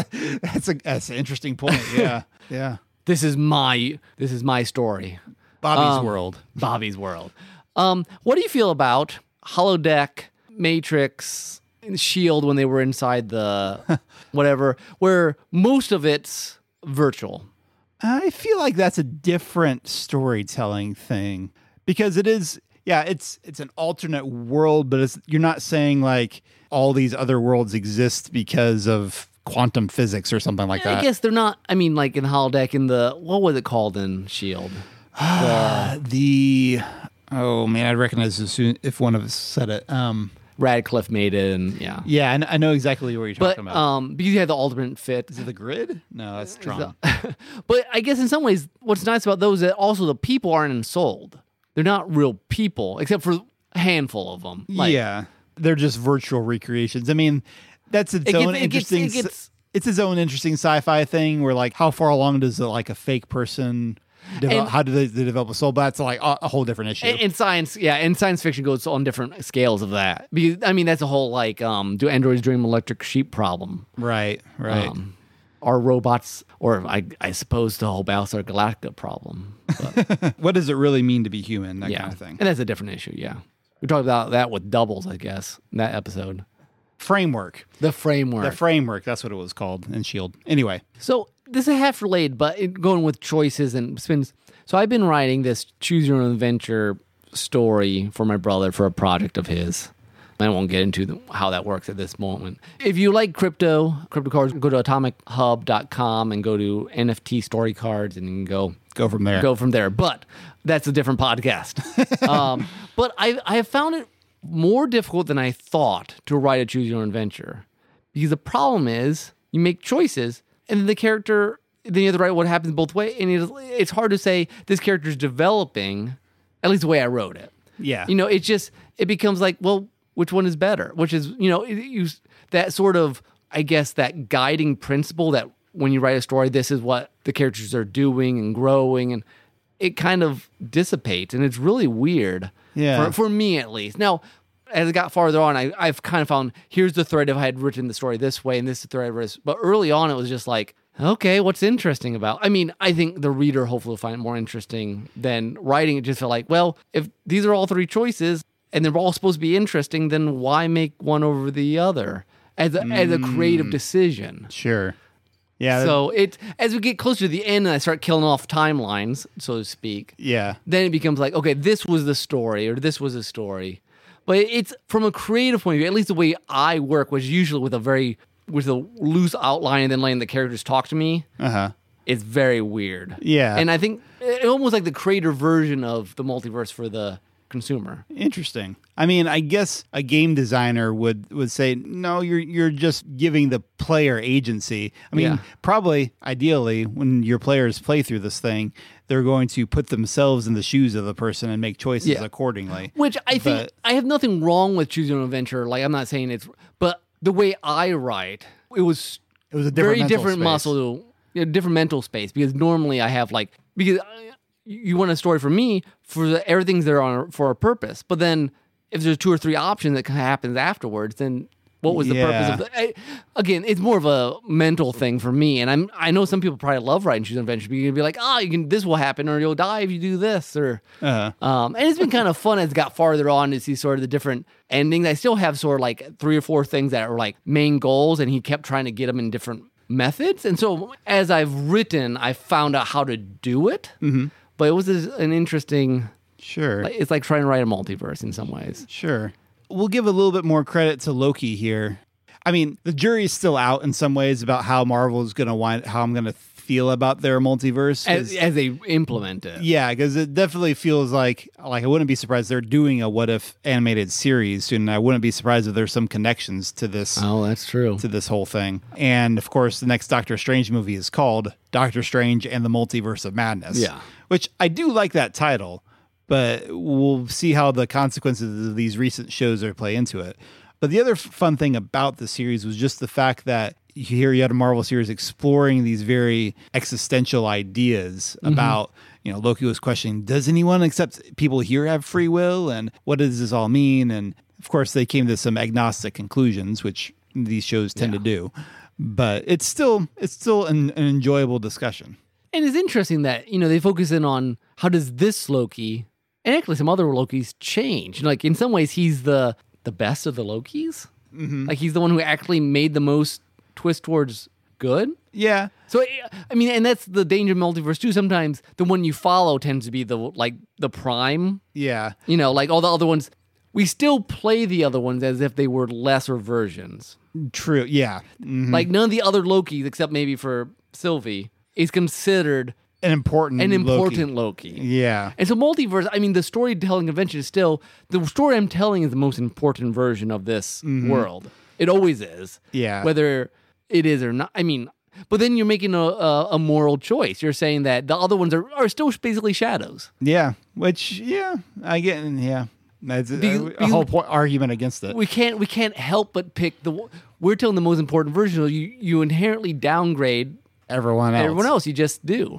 that's a that's an interesting point. Yeah, yeah.
this is my this is my story
Bobby's
Um,
world.
Bobby's world. Um, what do you feel about holodeck, Matrix, and Shield E when they were inside the whatever, where most of it's virtual?
I feel like that's a different storytelling thing because it is yeah, it's it's an alternate world, but it's you're not saying like all these other worlds exist because of quantum physics or something like that.
I guess they're not. I mean, like in holodeck, in the what was it called in Shield?
the oh man, I'd recognize this soon if one of us said it. Um,
Radcliffe made it, and yeah.
yeah, I, kn- I know exactly what you're
But
talking about.
um, because you had the alternate fit.
Is it the grid? No, that's Tron.
but I guess in some ways, what's nice about those is that also the people aren't ensouled. They're not real people, except for a handful of them. Like,
yeah, they're just virtual recreations. I mean, that's its
It gets-
own
it gets-
interesting.
it
s-
gets-
it's its own interesting sci-fi thing where like how far along does it, like a fake person develop?
And-
how do they, they develop a soul? But that's like a, a whole different issue.
and, and science yeah and science fiction goes on different scales of that because i mean that's a whole like um do androids dream electric sheep problem
right, right.
um are robots or i i suppose the whole battlestar galactica problem
what does it really mean to be human? That
yeah
kind of thing.
and that's a different issue yeah we talked about that with doubles i guess in that episode
Framework.
the framework
The framework. That's what it was called in Shield. E Anyway.
So this is half related, but it, going with choices and spins. So I've been writing this choose your own adventure story for my brother for a project of his. I won't get into the, how that works at this moment. If you like crypto, crypto cards, go to atomichub.com and go to NFT story cards and you can go
Go from there.
go from there. But that's a different podcast. um, but I I have found it more difficult than I thought to write a choose your own adventure because the problem is you make choices and then the character then you have to write what happens both way and it's, it's hard to say this character is developing at least the way I wrote it.
Yeah.
you know it's just it becomes like well which one is better which is you know it- you that sort of i guess that guiding principle that when you write a story this is what the characters are doing and growing and it kind of dissipates and it's really weird
Yeah.
for, for me at least now as I got farther on, I, I've kind of found here's the thread if I had written the story this way and this is the thread I wrote. But early on, it was just like, okay, what's interesting about? I mean, I think the reader hopefully will find it more interesting than writing it. Just felt like, well, if these are all three choices and they're all supposed to be interesting, then why make one over the other as a, as a creative decision?
Sure. Yeah.
So it as we get closer to the end, and I start killing off timelines, so to speak
yeah.
then it becomes like, okay, this was the story or this was a story. But it's from a creative point of view, at least the way I work, which is usually with a very with a loose outline and then letting the characters talk to me,
Uh huh.
it's very weird.
Yeah.
And I think it, almost like the creator version of the multiverse for the consumer.
Interesting. I mean, I guess a game designer would would say, "No, you're you're just giving the player agency." I mean,
Yeah.
probably ideally when your players play through this thing, they're going to put themselves in the shoes of the person and make choices
Yeah.
accordingly.
Which I think
But-
I have nothing wrong with choosing an adventure. Like I'm not saying it's but the way I write, it was
It was a
very
mental
different
space.
muscle, yeah, different mental space. Because normally I have like because I, you want a story for me for the, everything's there on for a purpose. But then if there's two or three options that kinda happens afterwards, then what was the purpose
Yeah.
of the? I, again, it's more of a mental thing for me, and I'm I know some people probably love writing choose an adventure, but you can be like, ah, you can this will happen, or you'll die if you do this, or
Uh-huh.
um, and it's been kind of fun as it got farther on to see sort of the different endings. I still have sort of like three or four things that are like main goals, and he kept trying to get them in different methods. And so as I've written, I found out how to do it. Mm-hmm. But it was a- an interesting.
Sure.
It's like trying to write a multiverse in some ways.
Sure. We'll give a little bit more credit to Loki here. I mean, the jury's still out in some ways about how Marvel is going to wind, how I'm going to feel about their multiverse. 'cause-
As, as they implement it,
yeah, because it definitely feels like like I wouldn't be surprised they're doing a what if animated series soon. and I wouldn't be surprised if there's some connections to this
oh, that's true.
to this whole thing. And of course, the next Doctor Strange movie is called Doctor Strange and the Multiverse of Madness.
Yeah.
Which I do like that title, but we'll see how the consequences of these recent shows are play into it. But the other f- fun thing about the series was just the fact that here you had a Marvel series exploring these very existential ideas about, you know, Loki was questioning, does anyone except people here have free will? And what does this all mean? And of course, they came to some agnostic conclusions, which these shows tend to do. But it's still it's still an, an enjoyable discussion.
And it's interesting that you know they focus in on how does this Loki and actually some other Lokis change. You know, Like in some ways, he's the the best of the Lokis.
Mm-hmm.
Like he's the one who actually made the most twist towards good.
Yeah,
So I- I mean, and that's the danger of multiverse too. Sometimes the one you follow tends to be the like the prime.
yeah,
You know, like all the other ones, we still play the other ones as if they were lesser versions.
true. Yeah, Mm.
Like none of the other Lokis, except maybe for Sylvie, is considered
an important
an
Loki.
important Loki.
Yeah,
And so multiverse, I mean, the storytelling convention is still the story I'm telling is the most important version of this world. It always is.
Mm-hmm. Yeah.
Whether it is or not, I mean, but then you're making a, a, a moral choice. You're saying that the other ones are, are still basically shadows.
yeah. Which yeah, I get. Yeah, that's a-
Because-
a whole point argument against it.
We can't we can't help but pick the. We're telling the most important version. You you inherently downgrade
Everyone else. Mm-hmm.
everyone else. You just do.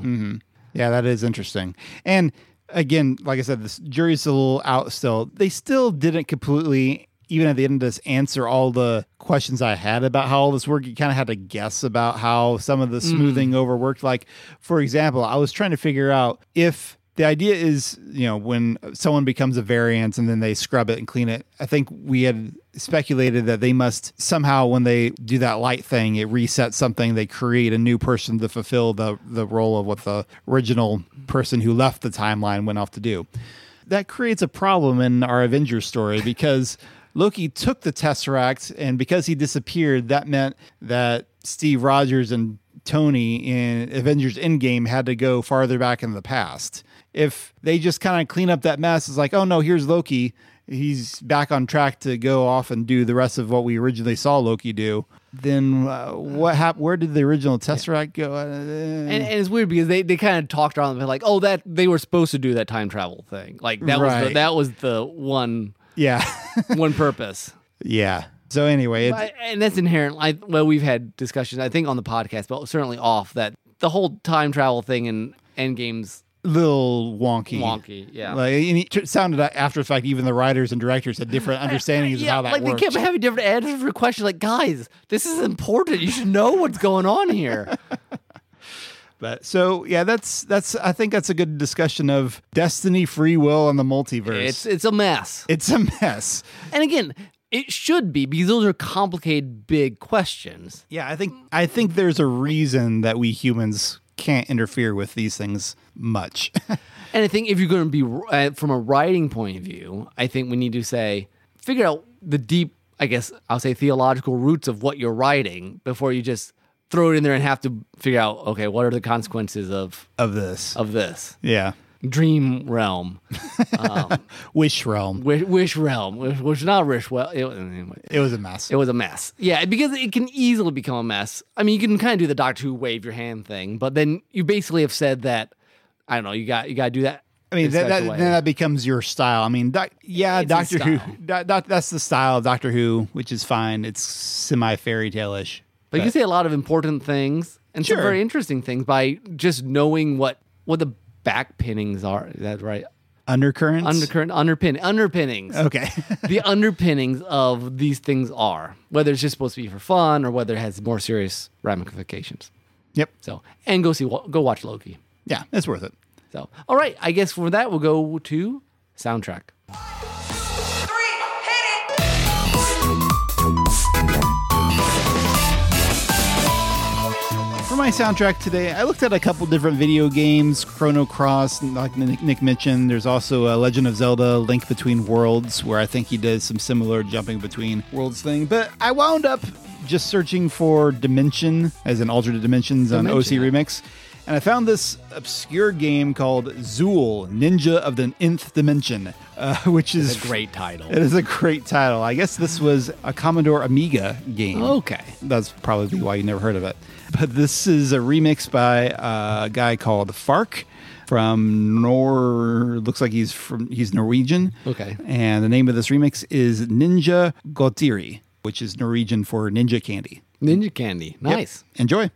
Yeah, that is interesting. And again, like I said, this jury's a little out still. They still didn't completely, even at the end of this, answer all the questions I had about how all this worked. You kind of had to guess about how some of the
Mm.
smoothing overworked. Like, for example, I was trying to figure out if the idea is, you know, when someone becomes a variant and then they scrub it and clean it, I think we had speculated that they must somehow, when they do that light thing, it resets something. They create a new person to fulfill the the role of what the original person who left the timeline went off to do. That creates a problem in our Avengers story because Loki took the Tesseract, and because he disappeared, that meant that Steve Rogers and Tony in Avengers Endgame had to go farther back in the past. If they just kind of clean up that mess, it's like, oh no, here's Loki. He's back on track to go off and do the rest of what we originally saw Loki do. Then uh, what happened? Where did the original Tesseract go? Uh,
And, and it's weird because they, they kind of talked around it, like, oh, that they were supposed to do that time travel thing. Like that was
Right.
the, that was the one
yeah.
one purpose.
Yeah. So anyway, it's,
I, and that's inherent. I, well, we've had discussions, I think, on the podcast, but certainly off that the whole time travel thing in Endgame's
little wonky.
wonky. Yeah.
Like and it tr- sounded like after the fact, even the writers and directors had different understandings
yeah,
of how that
like
worked.
they kept having different answers for questions. Like, guys, this is important. You should know what's going on here.
but so yeah, that's that's I think that's a good discussion of destiny, free will, and the multiverse.
it's it's a mess.
it's a mess.
And again, it should be because those are complicated, big questions.
Yeah, I think I think there's a reason that we humans can't interfere with these things much.
And I think if you're going to be uh, from a writing point of view, I think we need to say figure out the deep, I guess I'll say theological roots of what you're writing before you just throw it in there and have to figure out okay, what are the consequences of
of this.
of this
yeah.
dream realm,
Wish realm.
wish, wish realm, which, which not wish well. It, anyway.
It was a mess.
It was a mess. Yeah, because it can easily become a mess. I mean, you can kind of do the Doctor Who wave your hand thing, but then you basically have said that I don't know. You got you got to do that.
I mean,
in
that,
such a
that,
way.
then that becomes your style. I mean, doc, yeah,
It's a
Doctor Who.
style.
Doc, doc, that's the style of Doctor Who, which is fine. It's semi fairy tale ish.
But you can say a lot of important things and
Sure.
some very interesting things by just knowing what what the back pinnings are. Is that right?
Undercurrents.
Undercurrent, underpin, underpinnings.
okay.
the underpinnings of these things are whether it's just supposed to be for fun or whether it has more serious ramifications.
yep.
So, and go see, go watch Loki.
Yeah, it's worth it.
So, all right, I guess for that we'll go to soundtrack.
three, hit it.
For my soundtrack today, I looked at a couple different video games, Chrono Cross, like Nick Nick mentioned. There's also a Legend of Zelda: Link Between Worlds, where I think he does some similar jumping between worlds thing. But I wound up just searching for Dimension as an alternate dimensions on OC
Dimension.
Remix, and I found this obscure game called Zool: Ninja of the Nth Dimension, uh, which is
Great title.
It is a great title. I guess this was a Commodore Amiga game.
Okay.
That's probably why you never heard of it. But this is a remix by a guy called Fark from Nor. Looks like he's from he's Norwegian.
Okay.
And the name of this remix is Ninja Gotiri, which is Norwegian for ninja candy.
Ninja Candy.
Yep.
Nice.
Enjoy.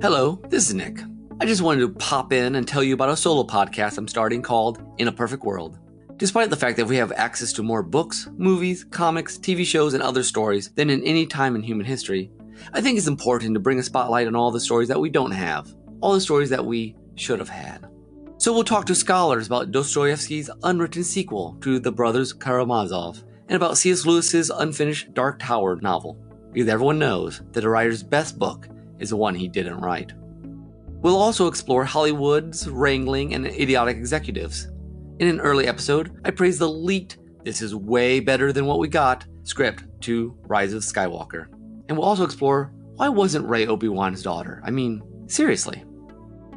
Hello, this is Nick. I just wanted to pop in and tell you about a solo podcast I'm starting called In a Perfect World. Despite the fact that we have access to more books, movies, comics, TV shows, and other stories than in any time in human history, I think it's important to bring a spotlight on all the stories that we don't have, all the stories that we should have had. So we'll talk to scholars about Dostoevsky's unwritten sequel to The Brothers Karamazov and about C.S. Lewis's unfinished Dark Tower novel. Because everyone knows that a writer's best book is the one he didn't write. We'll also explore Hollywood's wrangling and idiotic executives. In an early episode, I praised the leaked, this is way better than what we got, script to Rise of Skywalker. And we'll also explore why wasn't Rey Obi Wan's daughter? I mean, seriously.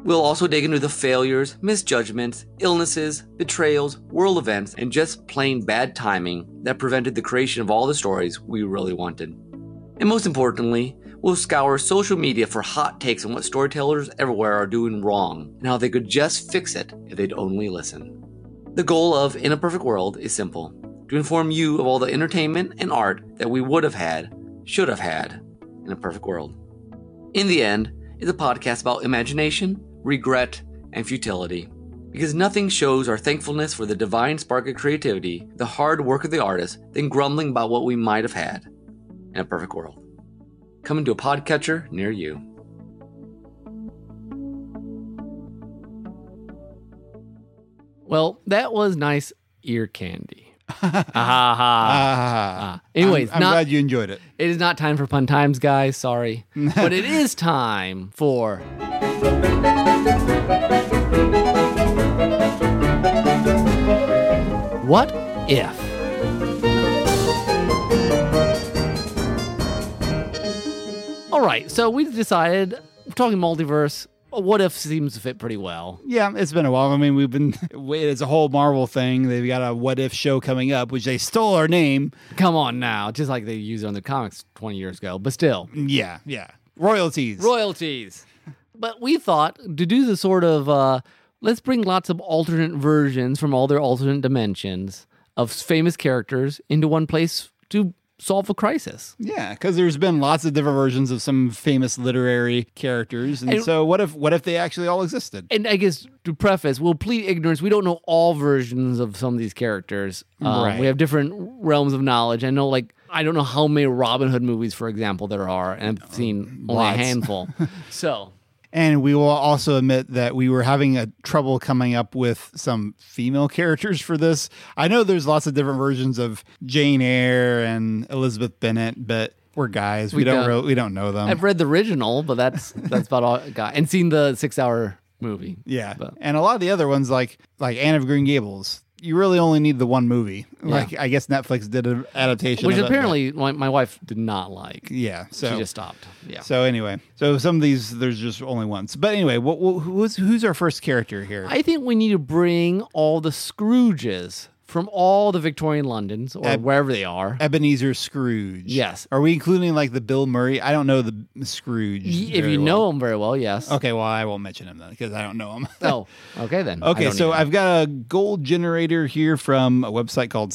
We'll also dig into the failures, misjudgments, illnesses, betrayals, world events, and just plain bad timing that prevented the creation of all the stories we really wanted. And most importantly, we'll scour social media for hot takes on what storytellers everywhere are doing wrong and how they could just fix it if they'd only listen. The goal of In a Perfect World is simple to inform you of all the entertainment and art that we would have had, should have had, in a perfect world. In the end, it's a podcast about imagination, regret, and futility. Because nothing shows our thankfulness for the divine spark of creativity, the hard work of the artist, than grumbling about what we might have had in a perfect world. Coming to a podcatcher near you.
Well, that was nice ear candy. Ah, ha, ha.
Ah.
Ah. Anyways,
I'm, I'm
not,
glad you enjoyed it.
it is not time for pun times, guys. Sorry, but it is time for what if. All right, so we decided we're talking multiverse. What if seems to fit pretty well.
Yeah, it's been a while. I mean, we've been it's a whole Marvel thing. They've got a what if show coming up, which they stole our name.
Come on now, just like they used it on the comics 20 years ago, but still.
Yeah, yeah. Royalties.
Royalties. But we thought to do the sort of uh, let's bring lots of alternate versions from all their alternate dimensions of famous characters into one place to solve a crisis.
yeah, because there's been lots of different versions of some famous literary characters, and,
And-
so what if what if they actually all existed?
And I guess to preface, we'll plead ignorance. We don't know all versions of some of these characters. Um,
Right.
We have different realms of knowledge. I know, like, I don't know how many Robin Hood movies, for example, there are, and I've seen only
lots.
a handful. so.
And we will also admit that we were having a trouble coming up with some female characters for this. I know there's lots of different versions of Jane Eyre and Elizabeth Bennet, but we're guys. We,
We
don't
don't-
really, we don't know them.
I've read the original, but that's that's about all I got. And seen the six hour movie.
Yeah,
But-
and a lot of the other ones, like like Anne of Green Gables, you really only need the one movie. Like I guess Netflix did an adaptation,
Which
of it,
apparently my, my wife did not like.
but- yeah. So
she just stopped. Yeah.
so anyway, so some of these there's just only once. But anyway, what, what who's who's our first character here?
I think we need to bring all the Scrooges from all the Victorian Londons or
Ab-
wherever they are.
Ebenezer Scrooge.
Yes.
Are we including like the Bill Murray? I don't know the Scrooge.
Y- if
very
you
well.
know them very well, yes.
Okay, well I won't mention him then because I don't know him.
Oh, okay then. I
Okay,
don't
so
either.
I've got a gold generator here from a website called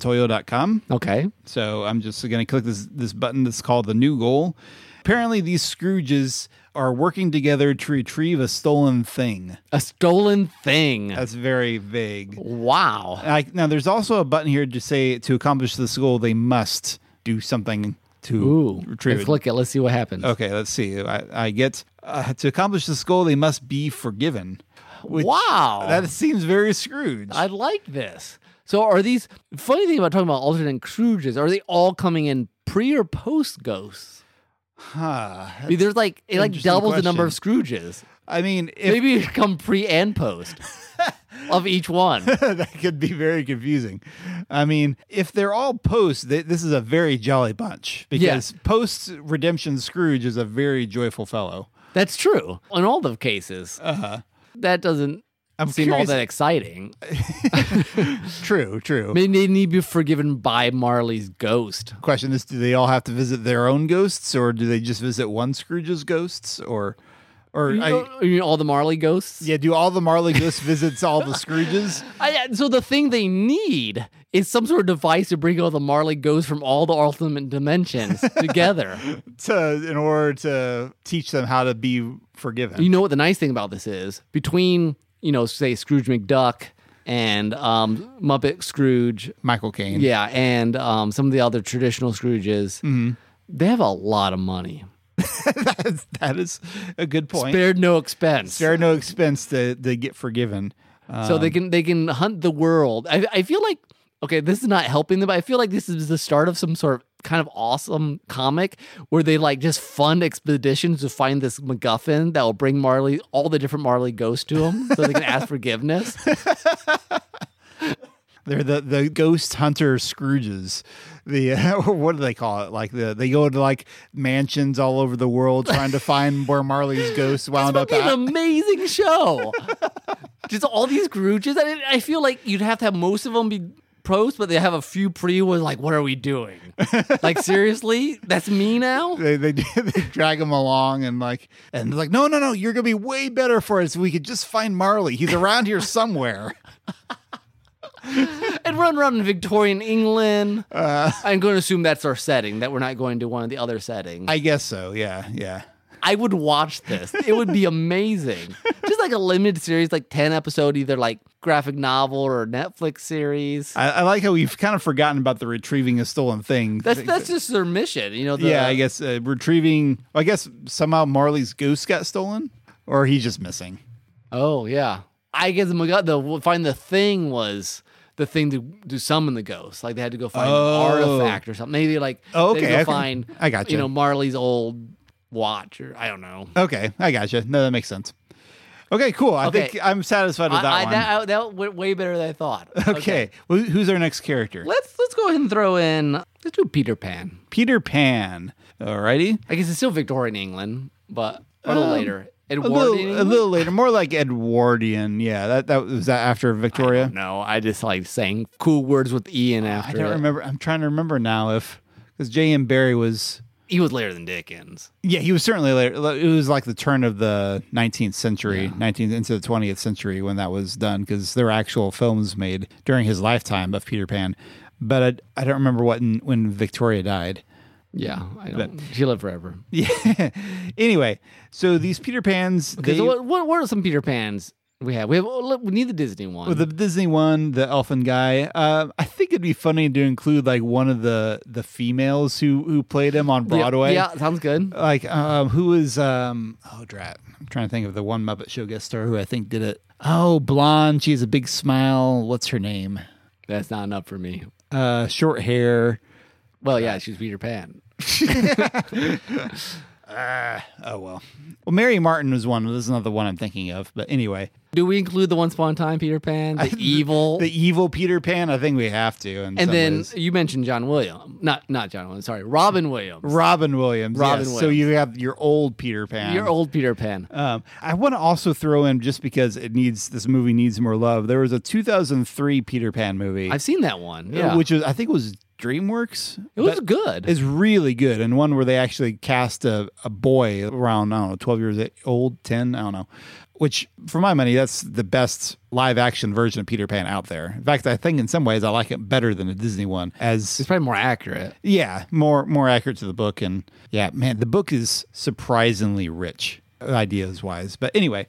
SammyMontoyo.com.
okay.
So I'm just going to click this this button that's called the new goal. Apparently, these Scrooges are working together to retrieve a stolen thing.
A stolen thing.
That's very vague.
wow.
I, now, there's also a button here to say to accomplish this goal, they must do something to
Ooh.
retrieve
Let's
it.
click it. Let's see what happens.
Okay, let's see. I, I get uh, to accomplish this goal, they must be forgiven. Which-
Wow.
that seems very Scrooge.
I like this. So are these funny thing about talking about alternate Scrooges? Are they all coming in pre or post ghosts?
huh.
I mean, there's like it like
Interesting
doubles the number of
question.
Scrooges.
I mean, if,
Maybe it come pre and post of each one.
that could be very confusing. I mean, if they're all post, th- this is a very jolly bunch because post redemption Scrooge is a very joyful fellow.
That's true in all the cases. Uh-huh. That doesn't
I'm
seem
curious-
all that exciting.
True, true.
Maybe they need to be forgiven by Marley's ghost.
Question is, do they all have to visit their own ghosts, or do they just visit one Scrooge's ghosts, or Or
You
I,
know- you mean all the Marley ghosts?
yeah, do all the Marley Ghost visits all the Scrooges?
I, so the thing they need is some sort of device to bring all the Marley ghosts from all the ultimate dimensions together.
to in order to teach them how to be forgiven.
You know what the nice thing about this is? Between you know, say Scrooge McDuck and um, Muppet Scrooge,
Michael Caine.
yeah, and um, some of the other traditional Scrooges, they have a lot of money.
That's- that is a good point.
Spared no expense.
Spare no expense to, to get forgiven. Uh,
so they can they can hunt the world. I, I feel like okay, this is not helping them, but I feel like this is the start of some sort of kind of awesome comic where they like just fund expeditions to find this MacGuffin that will bring Marley all the different Marley ghosts to them so they can ask forgiveness.
they're the, the ghost hunter Scrooges. The what do they call it? Like the they go to like mansions all over the world trying to find where Marley's ghost wound
That'd
up
be an
at.
amazing show. just all these Grooges. I, I feel like you'd have to have most of them be pros, but they have a few pre was like, what are we doing? like seriously, that's me now.
They, they they drag him along and like and they're like no no no you're gonna be way better for us if we could just find Marley he's around here somewhere
and run around in Victorian England.
Uh.
I'm going to assume that's our setting, that we're not going to one of the other settings. I,
I guess so yeah yeah
would watch this. It would be amazing. Just like a limited series, like 10 episode, either like graphic novel or Netflix series.
I, I like how we've kind of forgotten about the retrieving a stolen thing
that's
thing.
that's just their mission, you know. The,
yeah, I guess uh, retrieving. I guess somehow Marley's goose got stolen, or he's just missing.
Oh yeah, I guess the Maga- the find the thing was the thing to to summon the ghost. Like they had to go find
Oh.
an artifact or something. Maybe like
Oh,
they had to
okay,
go
okay.
find
I gotcha.
you know Marley's old watch or I don't know.
Okay, I gotcha. No, that makes sense. Okay, cool. I
Okay.
think I'm satisfied with that
I, I,
one.
that, I- that went way better than I thought.
okay, Well, who's our next character?
Let's let's go ahead and throw in let's do Peter Pan.
Peter Pan. Alrighty,
I guess it's still Victorian England, but a little later.
Uh, a
Edwardian.
little, a
England?
little later, more like Edwardian. Yeah, that that was that after Victoria.
No, I just like saying cool words with Ian
I
after.
don't
it.
remember. I'm trying to remember now if because J. M. Barry was.
He was later than Dickens.
Yeah, he was certainly later. It was like the turn of the 19th century, 19th into the 20th century when that was done because there were actual films made during his lifetime of Peter Pan. But I, I don't remember what in, when Victoria died.
Yeah, I don't. she lived forever.
Yeah. anyway, so these Peter Pans,
Okay,
they,
so what, what what are some Peter Pans we have? We have oh, look, we need the Disney one.
the Disney one, the Elfin guy. Uh, I think it'd be funny to include like one of the the females who who played him
Yeah,
on Broadway.
Yeah, sounds good.
like um who was um oh drat i'm trying to think of the one muppet show guest star who i think did it oh blonde she has a big smile what's her name
That's not enough for me.
uh short hair
Well, yeah, she's Peter Pan.
oh well well mary martin was one this is another one i'm thinking of but anyway
Do we include the Once Upon a Time Peter Pan, the evil,
the evil peter pan i think we have to in
and
some
then
ways.
you mentioned John Williams, not not John Williams, sorry, Robin Williams,
robin williams
Robin
yes. so you have your old peter pan
your old Peter Pan.
Um, I want to also throw in just because it needs this movie needs more love. There was a 2003 Peter Pan movie,
I've seen that one. Yeah,
uh, which was I think was DreamWorks.
it was
but-
good.
is really good and one where they actually cast a, a boy around i don't know 12 years old 10 i don't know which for my money that's the best live action version of peter pan out there in fact i think in some ways i like it better than the disney one as
it's probably more accurate.
yeah more more accurate to the book and yeah man the book is surprisingly rich ideas wise but anyway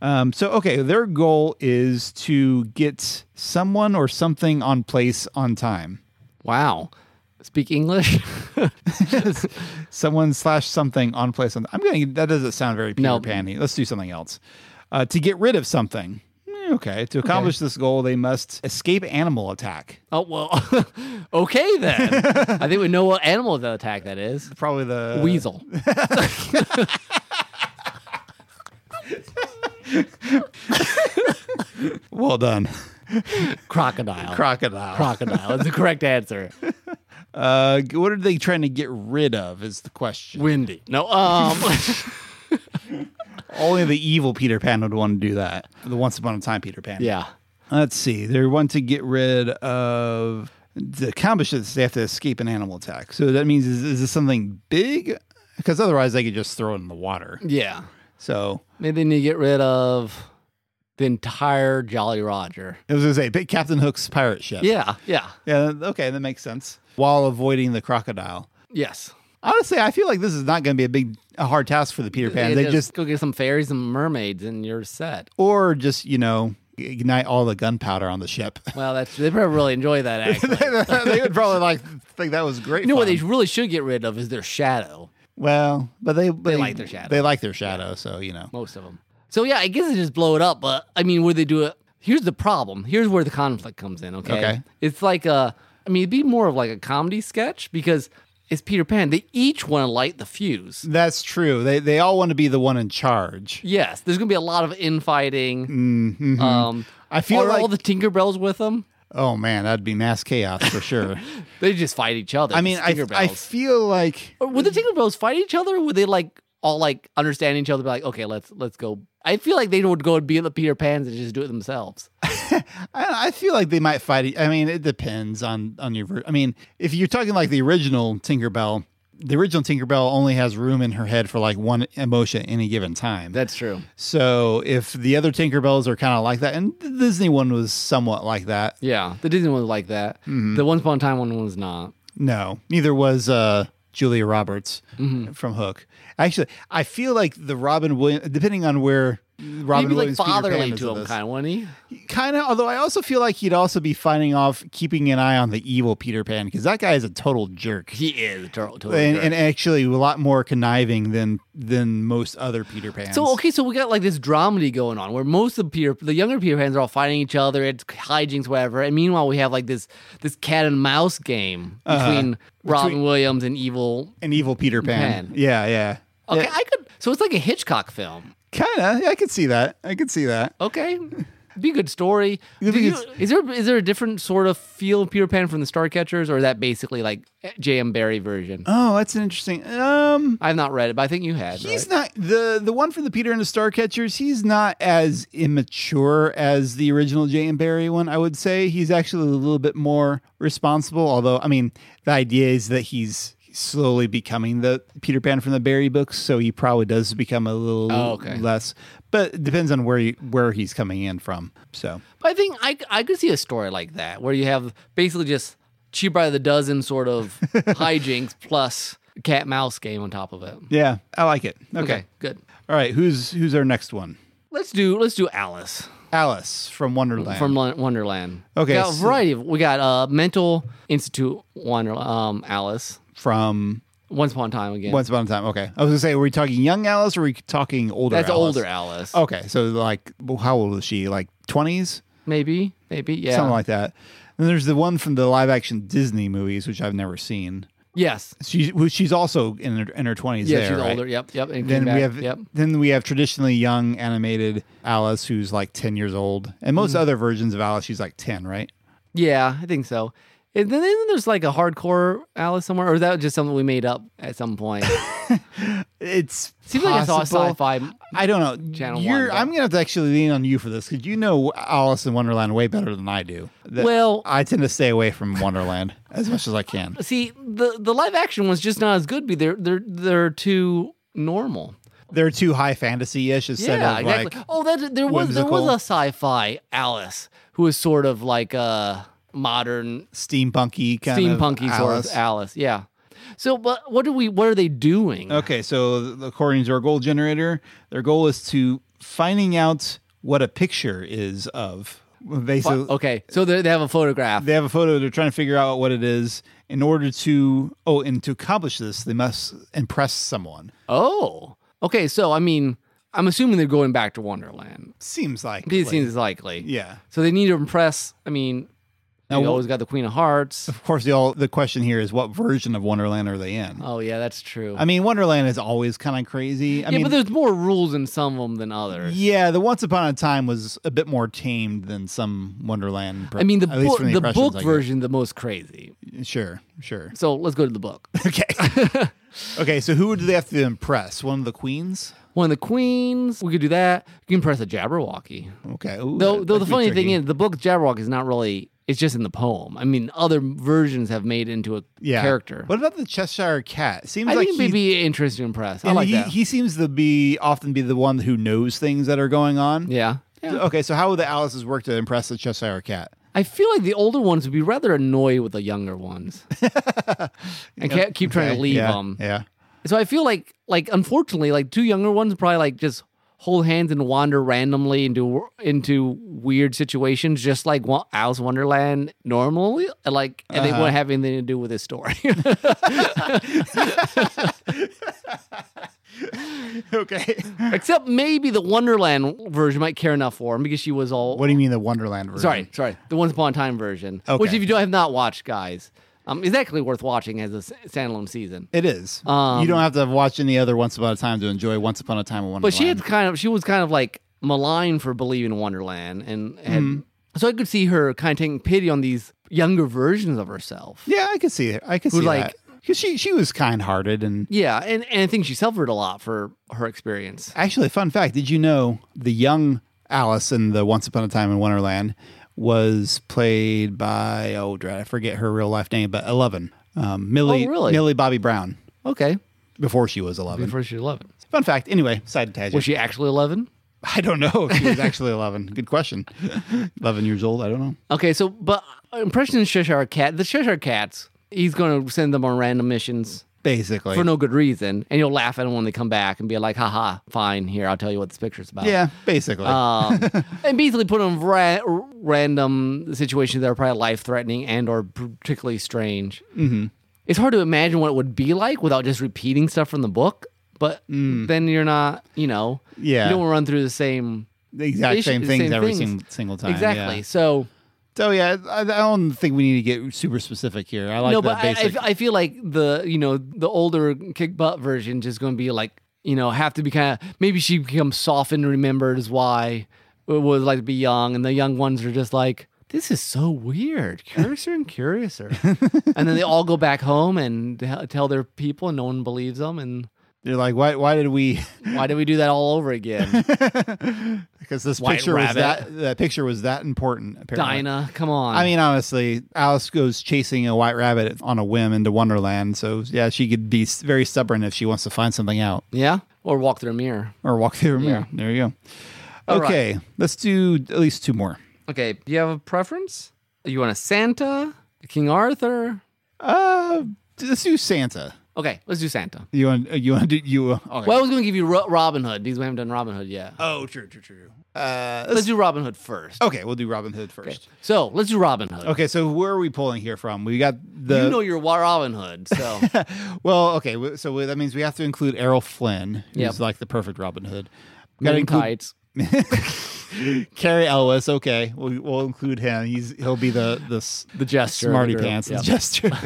um, so okay their goal is to get someone or something on place on time
Wow. Speak English?
someone slash something on place on. I'm going. That doesn't sound very Peter
No.
Pan-y. Let's do something else. Uh, to get rid of something. Eh, Okay. To accomplish this goal, they must escape animal attack.
oh well. okay then. I think we know what animal the attack that is.
Probably the
Weasel.
Well done,
Crocodile.
crocodile.
Crocodile is the correct answer.
uh, what are they trying to get rid of? Is the question.
Windy. No, um
Only the evil Peter Pan would want to do that. The once upon a time Peter Pan.
Yeah.
Let's see. They want to get rid of to accomplish this. They have to escape an animal attack. So that means is, is this something big? Because otherwise, they could just throw it in the water.
Yeah.
So
Maybe they need to get rid of the entire Jolly Roger.
it was going to say big Captain Hook's pirate ship.
Yeah, yeah,
Yeah. Okay. That makes sense. While avoiding the crocodile.
yes.
Honestly, I feel like this is not going to be a big, a hard task for the Peter Pan.
It
They
is.
just,
go get some fairies and mermaids, and you're set.
or just, you know, ignite all the gunpowder on the ship.
Well, that's they probably really enjoy that. Actually,
they would probably like think that was great.
you know what
fun.
they really should get rid of is their shadow.
Well, but they, they
like their shadow.
They like their shadow, so you know.
Most of them. So yeah, I guess they just blow it up. But I mean, would they do it? Here's the problem. Here's where the conflict comes in. Okay.
Okay.
It's like a. I mean, it'd be more of like a comedy sketch because it's Peter Pan. They each want to light the fuse.
That's true. They they all want to be the one in charge.
Yes, there's gonna be a lot of infighting. Um,
Mm-hmm. I feel
are
like
all the Tinkerbells with them.
oh man, that'd be mass chaos for sure.
They just fight each other.
I mean,
it's
I
Tinkerbells.
I feel like
Or would the Tinkerbells fight each other? Or would they like all like understand each other? Be like, okay, let's let's go. I feel like they would go and be the Peter Pans and just do it themselves.
I, I feel like they might fight. e- I mean, it depends on on your. ver- I mean, if you're talking like the original Tinkerbell, the original Tinkerbell only has room in her head for like one emotion at any given time.
That's true.
so if the other Tinkerbells are kind of like that, and the Disney one was somewhat like that.
Yeah, the Disney one was like that.
Mm-hmm.
The Once Upon a Time one was not.
No, neither was uh, Julia Roberts
Mm-hmm.
from Hook. Actually, I feel like the Robin Williams, depending on where Robin
Maybe like
Williams,
fatherly to him, kind of, wasn't he?
of. Kind of. Although I also feel like he'd also be finding off, keeping an eye on the evil Peter Pan because that guy is a total jerk.
He is a turtle. total
And,
jerk.
and actually, a lot more conniving than than most other Peter Pans.
so okay, so we got like this dramedy going on where most of the Peter, the younger Peter Pans are all fighting each other. It's hijinks, whatever. And meanwhile, we have like this this cat and mouse game between Robin
Uh-huh. Between-
Williams and evil.
an evil Peter Pan.
Pan.
Yeah, yeah.
Okay,
Yeah,
I could. So it's like a Hitchcock film.
kind of. Yeah, I could see that. I could see that.
Okay. Be a good story.
You
Do
think
you-
it's-
is there is there a different sort of feel of Peter Pan from the Starcatchers, or is that basically like J.M. Barry version?
Oh, that's an interesting. Um,
I've not read it, but I think you had.
He's
right?
not the the one from the Peter and the Starcatchers. He's not as immature as the original Jay and Barry one. I would say he's actually a little bit more responsible. Although, I mean, the idea is that he's slowly becoming the Peter Pan from the Barry books, so he probably does become a little
Oh, okay.
less. But it depends on where you, where he's coming in from. So
But I think I, I could see a story like that where you have basically just cheap by the dozen sort of hijinks plus cat mouse game on top of it.
yeah, I like it. Okay.
good.
all right. Who's who's our next one?
Let's do let's do Alice
Alice from Wonderland.
from Lon- Wonderland.
Okay,
we got a
so-
variety of we got uh, Mental Institute Wonder um, Alice
from
Once Upon a Time again.
Once Upon a Time. Okay, I was gonna say, were we talking young Alice or were we talking older?
That's
Alice?
older Alice.
Okay, so like, well, how old is she? Like twenties,
Maybe, maybe, yeah.
something like that. And there's the one from the live action Disney movies, which I've never seen.
yes,
She, who- she's also in her in her twenties.
yeah.
there,
she's
right?
older. Yep, yep. And
Then
came
we
back,
have
yep.
then we have traditionally young animated Alice, who's like ten years old, and
Mm.
most other versions of Alice, she's like ten, right?
Yeah, I think so. And then isn't there's like a hardcore Alice somewhere, or is that just something we made up at some point?
It's
Seems like I saw a
possible.
sci-fi.
I don't know.
Channel One,
You're,
but-
I'm gonna have to actually lean on you for this because you know Alice in Wonderland way better than I do. That-
Well-
I tend to stay away from Wonderland as much as I can.
See, the the live action one's just not as good. Be they're they're they're too normal.
They're too high fantasy ish instead
yeah,
of
exactly.
like
oh, that there was there was
whimsical.
a sci-fi Alice who was sort of like a modern
steampunky kind
steampunky
of
sort of
Alice.
Alice. Yeah. So, but what do we? What are they doing?
Okay, so th- according to our goal generator, their goal is to finding out what a picture is of. Basically,
Okay, so they they have a photograph.
they have a photo. They're trying to figure out what it is. In order to oh, and to accomplish this, they must impress someone.
Oh, okay. So I mean, I'm assuming they're going back to Wonderland.
Seems like
This seems likely.
yeah.
So they need to impress. I mean, they
Now, wh-
always got the Queen of Hearts.
Of course, the all the question here is what version of Wonderland are they in?
Oh yeah, that's true.
I mean, Wonderland is always kind of crazy. I
yeah,
mean,
but there's more rules in some of them than others.
yeah, the Once Upon a Time was a bit more tamed than some Wonderland.
I mean, the
at least
book,
from
the,
impressions
book
I get.
version, the most crazy.
Sure, sure.
So let's go to the book.
Okay, okay. So who do they have to impress? One of the queens?
One of the queens. We could do that. You can impress a Jabberwocky.
Okay. Ooh,
Though,
that-
though the
that could be
funny thing
tricky.
is, the book Jabberwock is not really It's just in the poem. I mean, other versions have made it into a
Yeah.
character.
What about the Cheshire Cat? Seems
I
like
think
he-
it'd be interesting and impressed. I
and
like
he,
that.
he seems to be often be the one who knows things that are going on.
yeah.
Okay, so how would the Alice's work to impress the Cheshire Cat?
I feel like the older ones would be rather annoyed with the younger ones, and can't keep trying
Okay,
to leave
yeah,
them.
Yeah.
So I feel like, like unfortunately, like two younger ones probably like just hold hands and wander randomly into into weird situations, just like Wa- Alice in Wonderland normally. Like, and
Uh-huh.
they wouldn't have anything to do with this story.
Okay.
Except maybe the Wonderland version might care enough for him because she was all.
what do you mean the Wonderland version?
sorry, sorry, the Once Upon a Time version, which
Okay.
if you don't have not watched, guys, um, is actually worth watching as a s- standalone season.
It is.
Um,
you don't have to have watched any other Once Upon a Time to enjoy Once Upon a Time in Wonderland.
But she had kind of she was kind of like maligned for believing in Wonderland, and, and
Mm-hmm.
so I could see her kind of taking pity on these younger versions of herself.
Yeah, I could see it. I could
Who,
see
like-
that. Because she, she was kind hearted and
Yeah, and, and I think she suffered a lot for her experience.
Actually, fun fact: Did you know the young Alice in the Once Upon a Time in Wonderland was played by oh, dread, I forget her real life name, but Eleven, um, Millie,
Oh, really?
Millie Bobby Brown,
Okay,
before she was Eleven.
before she was eleven,
Fun fact. Anyway, side tangent.
was she actually eleven?
I don't know if she was actually Eleven. Good question. Eleven years old. I don't know.
Okay, so but impression of Cheshire Cat, the Cheshire Cats, he's going to send them on random missions
Basically,
for no good reason, and you'll laugh at them when they come back and be like, "Haha, fine, here, I'll tell you what this picture's about."
yeah, basically.
um, and basically put them in ra- random situations that are probably life threatening and or particularly strange. Mm-hmm. It's hard to imagine what it would be like without just repeating stuff from the book. But then you're not, you know,
Mm. Yeah.
you don't run through the same
the exact
issue-
same things
same
every
things.
Single, single time.
exactly.
yeah.
So
So yeah, I, I don't think we need to get super specific here. I like
no,
the
but I, I
basic.
f- I feel like the you know the older kick butt version just going to be like you know have to be kind of maybe she becomes softened, remembered as why it was like to be young, and the young ones are just like this is so weird, curiouser and curiouser, and then they all go back home and t- tell their people, and no one believes them, and
They're like, why? Why did we?
why did we do that all over again?
because this
White
picture was
Rabbit.
that that picture was that important. Apparently.
Dinah, come on.
I mean, honestly, Alice goes chasing a white rabbit on a whim into Wonderland. So yeah, she could be s- very stubborn if she wants to find something out
yeah, or walk through a mirror.
or walk through a mirror. There you go. Okay, let's do at least two more.
Okay, do you have a preference? You want a Santa, King Arthur?
Uh, let's do Santa.
Okay, let's do Santa.
You want? uh, You want to do you? uh, Okay.
Well, I was going to give you Ro- Robin Hood because we haven't done Robin Hood yet.
oh, true, true, true. Uh,
let's do Robin Hood first.
okay, we'll do Robin Hood first. Okay.
So let's do Robin Hood.
so where are we pulling here from? We got the
You know you're Wa- Robin Hood, so
Well, okay, w- so we- that means we have to include Errol Flynn, who's
Yep.
like the perfect Robin Hood. We
men
gotta
in tights.
Carrie Ellis. Okay, we'll, we'll include him. He's he'll be the the s-
The gesture of
smarty
the group,
pants,
yeah.
the gesture.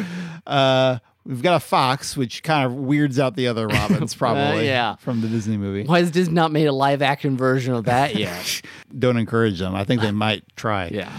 Uh, we've got a fox, which kind of weirds out the other Robins,
Uh,
probably.
yeah.
from the Disney movie.
Why has Disney not made a live action version of that yet?
Don't encourage them. I think they might try.
yeah.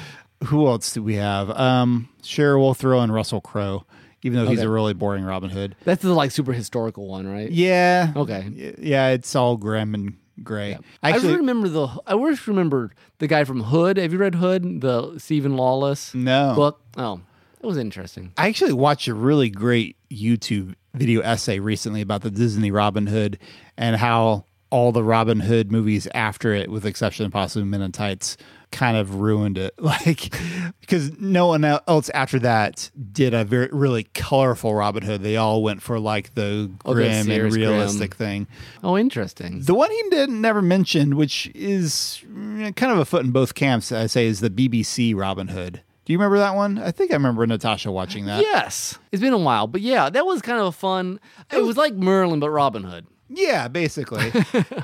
Who else do we have? Um, Cher will throw in Russell Crowe, even though he's
Okay.
a really boring Robin Hood.
That's the like super historical one, right?
Yeah.
Okay.
Y- Yeah, it's all grim and gray.
I
Actually,
just remember the I always remember the guy from Hood. Have you read Hood? The Stephen Lawless
No.
book. Oh. That was interesting.
I actually watched a really great YouTube video essay recently about the Disney Robin Hood and how all the Robin Hood movies after it, with the exception of possibly Men in Tights, kind of ruined it. Like, because no one else after that did a very really colorful Robin Hood. They all went for like the
Oh, the
grim and
serious grim.
realistic thing.
Oh, interesting.
The one he didn't never mention, which is mm, kind of a foot in both camps, I say, is the BBC Robin Hood. Do you remember that one? I think I remember Natasha watching that.
Yes. It's been a while, but yeah, that was kind of a fun. It was like Merlin but Robin Hood.
Yeah, basically.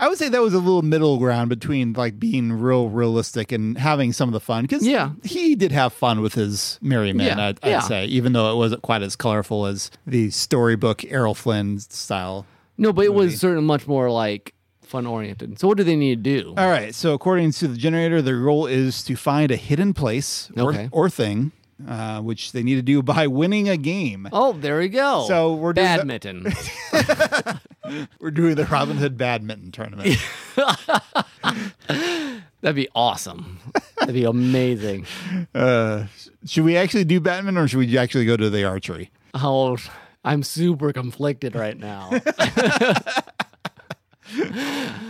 I would say that was a little middle ground between like being real realistic and having some of the fun because
Yeah.
he did have fun with his merriment.
Yeah,
I'd, I'd
yeah.
say, even though it wasn't quite as colorful as the storybook Errol Flynn style.
No, but it was certainly much more like fun oriented. So what do they need to do?
All right, so according to the generator, their goal is to find a hidden place or,
Okay.
or thing, uh, which they need to do by winning a game.
Oh, there we go.
So we're doing the-
badminton.
We're doing the Robin Hood badminton tournament.
That'd be awesome. That'd be amazing.
Uh, should we actually do Batman or should we actually go to the archery?
Oh, I'm super conflicted right now.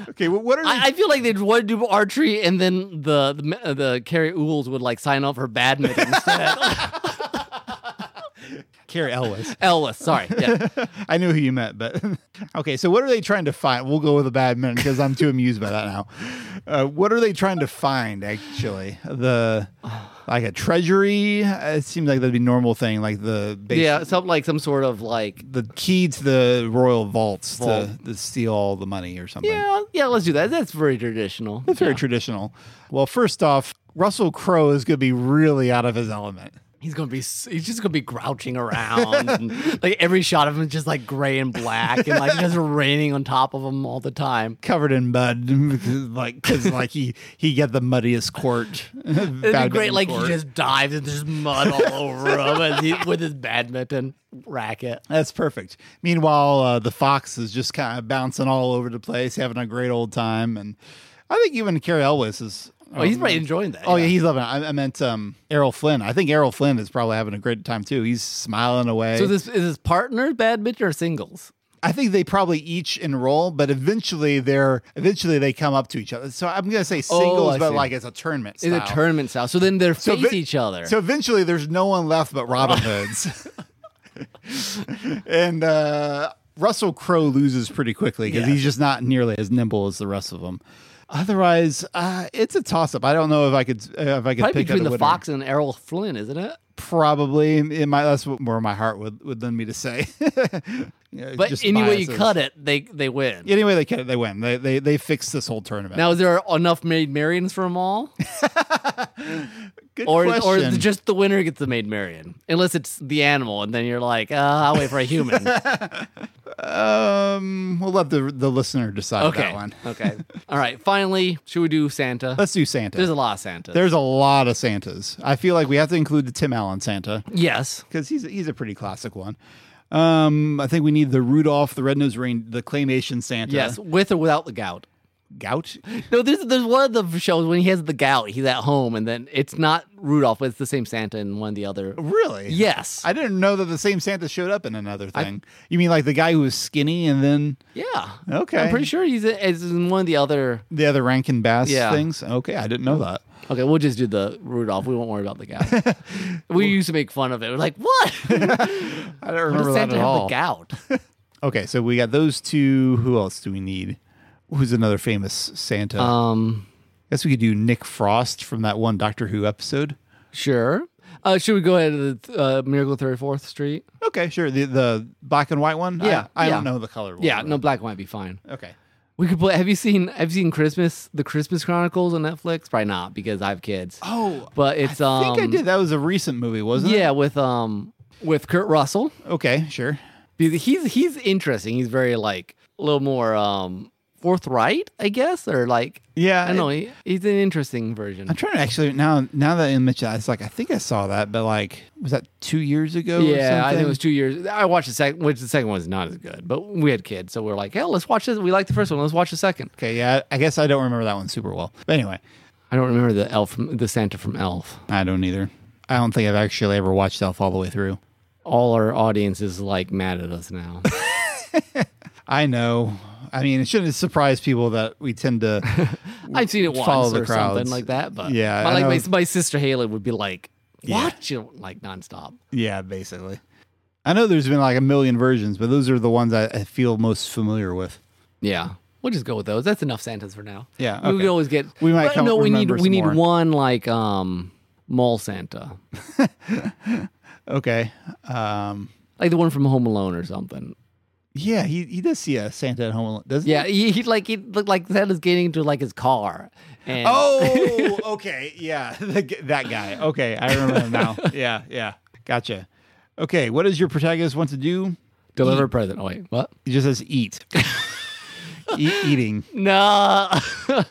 Okay, well, what are the
I, I feel like they'd want to do archery, and then the the, uh, the Carrie Ools would like sign off her badminton instead.
Carrie Ellis?
Ellis, sorry, yeah.
I knew who you meant, but okay. So, what are they trying to find? We'll go with the Batman because I'm too amused by that now. Uh, what are they trying to find? Actually, the like a treasury. Uh, It seems like that'd be a normal thing, like the base,
yeah, some like some sort of like
the key to the royal vaults to,
Vault.
to steal all the money or something.
yeah, yeah. Let's do that. That's very traditional.
That's very
Yeah.
traditional. Well, first off, Russell Crowe is going to be really out of his element.
He's gonna be s- he's just gonna be grouching around, and, like every shot of him is just like gray and black, and like just raining on top of him all the time.
Covered in mud, like because like he he got the muddiest court.
It'd be
badminton
great, like
court.
he just dives and there's mud all over him as he, with his badminton racket.
That's perfect. Meanwhile, uh, the fox is just kind of bouncing all over the place, having a great old time, and I think even Carrie Elwes is.
Oh, he's probably enjoying that.
Oh yeah, he's loving it. I, I meant um, Errol Flynn. I think Errol Flynn is probably having a great time too. He's smiling away.
So this is his partner badminton or singles?
I think they probably each enroll, but eventually they're eventually they come up to each other. So I'm gonna say singles,
Oh, I
but
see.
like it's a tournament.
It's
Style.
a tournament style. So then they're
So
face
ev-
each other.
So eventually there's no one left but Robin Hood's. and uh, Russell Crowe loses pretty quickly because
Yeah.
he's just not nearly as nimble as the rest of them. Otherwise, uh, it's a toss up. I don't know if I could uh, if I
probably
could pick out
between
a
the
winner.
fox and Errol Flynn, isn't it?
Probably, it might, that's what- where my heart would, would lend me to say.
But any way you cut it, they they win.
anyway they cut it, they win. They they they fix this whole tournament.
Now is there enough maid Marians for them all,
Good
or is, or
question.
is it just the winner gets the maid Marian? Unless it's the animal, and then you're like, uh, I'll wait for a human.
um, we'll let the the listener decide that
okay,
one.
okay, all right. Finally, should we do Santa?
Let's do Santa.
There's a lot of Santa.
There's a lot of Santas. I feel like we have to include the Tim Allen Santa
yes,
because he's he's a pretty classic one. Um, I think we need the Rudolph, the Red Nosed Rein, the claymation Santa.
yes, with or without the gout.
gout.
No, there's there's one of the shows when he has the gout, he's at home, and then it's not Rudolph, but it's the same Santa in one of the other.
Really?
Yes.
I didn't know that the same Santa showed up in another thing. you mean like the guy who was skinny and then
yeah.
Okay.
I'm pretty sure he's in, is in one of the other.
the other Rankin Bass
Yeah.
things? Okay, I didn't know that.
Okay, we'll just do the Rudolph. We won't worry about the gout. we used to make fun of it. We're like, what?
I don't
How
remember
does
that
Santa
at
have
all.
the gout?
Okay, so we got those two. Who else do we need? Who's another famous Santa?
Um,
guess we could do Nick Frost from that one Doctor Who episode.
sure. Uh, should we go ahead to the uh, Miracle Thirty Fourth Street?
Okay, sure. The the black and white one. I-
Yeah,
I,
yeah.
don't know the color. one.
Yeah, no, black and white be fine.
Okay.
We could play. Have you seen? Have you seen Christmas? The Christmas Chronicles on Netflix? Probably not because I have kids.
Oh,
but it's
I think I
um,
did. That was a recent movie, wasn't it?
Yeah, with um with Kurt Russell.
Okay, sure.
Because He's he's interesting. He's very like a little more um forthright, I guess, or like
Yeah,
I don't know. He, he's an interesting version.
I'm trying to actually now. Now that I mentioned, that, it's like I think I saw that, but like, was that two years ago? or
Yeah, I think
something?
it was two years. I watched the second, which the second one was not as good, but we had kids, so we are like, hey, let's watch this. We like the first one. Let's watch the second.
Okay, yeah. I guess I don't remember that one super well. But anyway,
I don't remember the elf, from, the Santa from Elf.
I don't either. I don't think I've actually ever watched Elf all the way through.
All our audience is like mad at us now.
I know. I mean, it shouldn't surprise people that we tend to
I've seen it once
Follow the
or
crowds.
something like that, but
Yeah,
my,
I
like
know.
my, my sister Haley would be like, watch it like nonstop.
Yeah, basically. I know there's been like a million versions, but those are the ones I, I feel most familiar with.
Yeah. We'll just go with those. That's enough Santas for now.
Yeah,
We
okay.
could always get
We might
but
come
no,
up
we need
remember
we
some
need
more.
one like um mall Santa.
Okay. Um,
Like the one from Home Alone or something.
yeah, he, he does see a Santa at home alone, doesn't
Yeah,
he?
he, he like he looked like Santa's getting into like his car. And
Oh, okay. Yeah, the g- that guy. Okay, I remember him now. Yeah, yeah. Gotcha. Okay, what does your protagonist want to do?
deliver a present. Oh wait, what?
He just says eat. Eat eating.
No.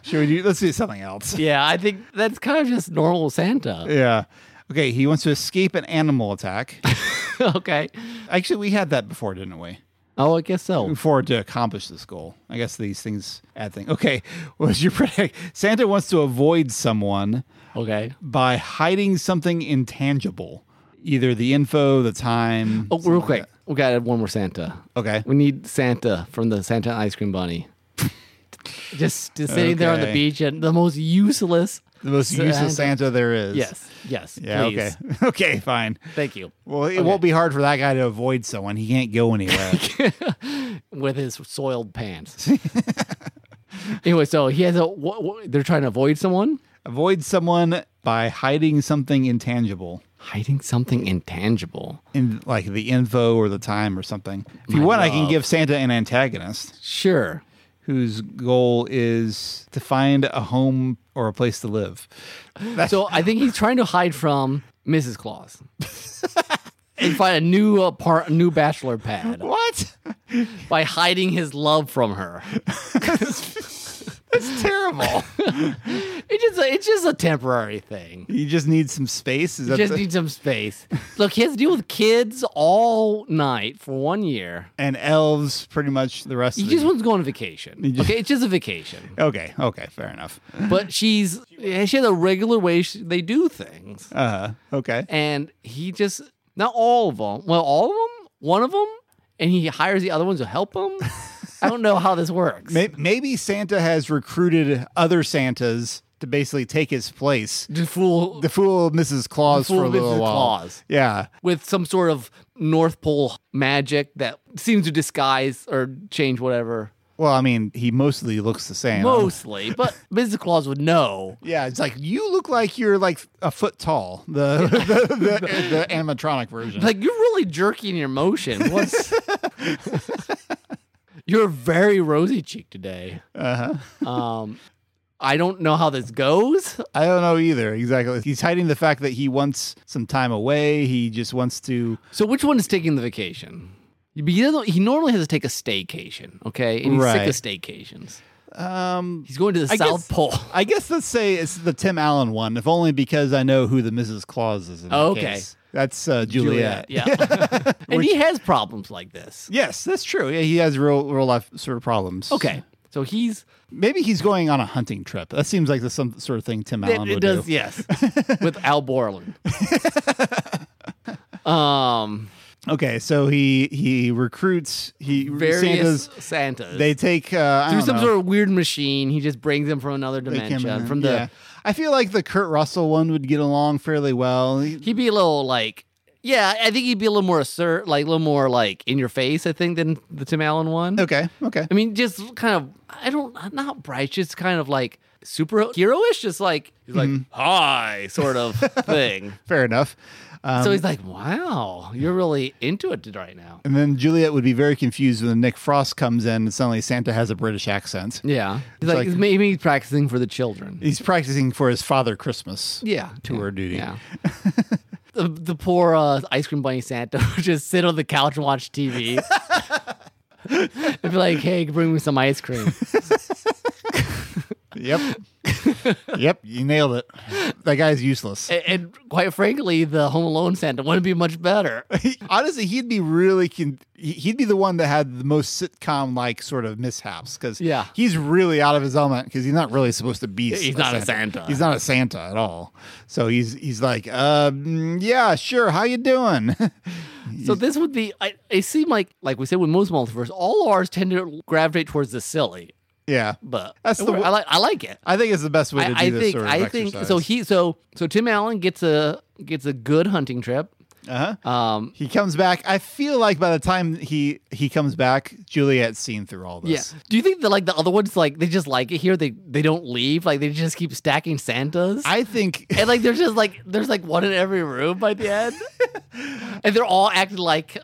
Should we do? Let's do something else.
yeah, I think that's kind of just normal Santa.
Yeah. Okay, he wants to escape an animal attack.
okay.
Actually, we had that before, didn't we?
Oh, I guess so.
forward to accomplish this goal. I guess these things add things. Okay, what is your predict? Santa wants to avoid someone
Okay.
by hiding something intangible, either the info, the time.
Oh, real quick, we got to add one more Santa.
Okay.
We need Santa from the Santa and Ice Cream Bunny. just, just sitting there on the
Okay.
beach and the most useless.
The most useless Santa there is.
Yes. Yes.
Yeah.
please.
Okay. okay. Fine.
Thank you.
Well, it
Okay.
won't be hard for that guy to avoid someone. He can't go anywhere.
with his soiled pants. anyway, so he has a. wha- wha- they're trying to avoid someone
avoid someone by hiding something intangible.
hiding something intangible.
In like the info or the time or something. If you
My
want, I can
love.
give Santa an antagonist.
Sure.
whose goal is to find a home or a place to live.
So I think he's trying to hide from Mrs. Claus and find a new uh, part, new bachelor pad
What?
by hiding his love from her.
That's terrible.
It's just a, it's just a temporary thing.
you just need some space. Is
You
that
just
the-
need some space. Look, he has to deal with kids all night for one year.
and elves pretty much the rest
He
of the
just wants to go on a vacation.
just-
Okay, it's just a vacation.
Okay, okay, fair enough.
but she's yeah, she has a regular way sh they do things,
Uh, okay.
and he just not all of them. Well, all of them, one of them, and he hires the other ones to help him. I don't know how this works.
May- Maybe Santa has recruited other Santas to basically take his place.
To fool
The fool Mrs. Claus
The fool
for a little
Mrs.
while.
Claus.
Yeah.
with some sort of North Pole magic that seems to disguise or change whatever.
Well, I mean, he mostly looks the same.
Mostly, but Mrs. Claus would know.
Yeah, it's like you look like you're like a foot tall. The the, the, the animatronic version.
Like you're really jerking your motion. What's You're very rosy cheeked today. Uh-huh. Um I don't know how this goes.
I don't know either. Exactly. He's hiding the fact that he wants some time away. He just wants to.
So which one is taking the vacation? But He, doesn't, he normally has to take a staycation, okay? And he's
Right.
sick of staycations.
Um,
He's going to the
I guess-
South Pole.
I guess let's say it's the Tim Allen one, if only because I know who the Mrs. Claus is. In that
Okay.
case. that's uh, Juliet.
Yeah. and he has problems like this.
Yes, that's true. Yeah, he has real real life sort of problems.
Okay. So he's
maybe he's going on a hunting trip. That seems like the some sort of thing Tim Allen
it, it
would
does,
do.
yes. With Al Borland. um
Okay, so he he recruits he
various
Santa's.
Santas.
They take uh, I
through
don't
some
know.
sort of weird machine. He just brings them from another
They came
dimension.
in,
From the
yeah. I feel like the Kurt Russell one would get along fairly well. He-
he'd be a little like, yeah, I think he'd be a little more assert, like a little more like in your face. I think than the Tim Allen one.
Okay, okay.
I mean, just kind of, I don't, not bright, just kind of like superheroish, just like he's like hi, sort of thing.
Fair enough. Um,
so he's like, wow, you're really into it right now.
and then Juliet would be very confused when Nick Frost comes in and suddenly Santa has a British accent.
Yeah, he's like,
like-
maybe he's practicing for the children.
He's practicing for his father Christmas.
yeah
tour duty.
yeah the, the poor uh, ice cream bunny santa would just sit on the couch and watch tv and be like hey bring me some ice cream
Yep. yep, you nailed it. That guy's useless.
and, and quite frankly the home alone santa wouldn't be much better
Honestly, he'd be really con- he- he'd be the one that had the most sitcom like sort of mishaps cuz
Yeah.
he's really out of his element cuz he's not really supposed to be
He's not a Santa.
He's not a Santa at all. So he's he's like, "Uh, mm, yeah, sure. How you doing?"
so this would be I, it seemed like like we said with most multiverse all ours tend to gravitate towards the silly
yeah.
but
That's the wo-
I, like, I like it
I think it's the best way to do
I, I
this
think
sort of
I think so.
exercise.
He so so Tim Allen gets a gets a good hunting trip.
uh-huh.
Um,
He comes back. I feel like by the time he he comes back, Juliet's seen through all
Yeah.
this.
Do you think that like the other ones like they just like it here? They they don't leave. Like they just keep stacking Santas.
I think
and like there's just like there's like one in every room by the end, and they're all acting like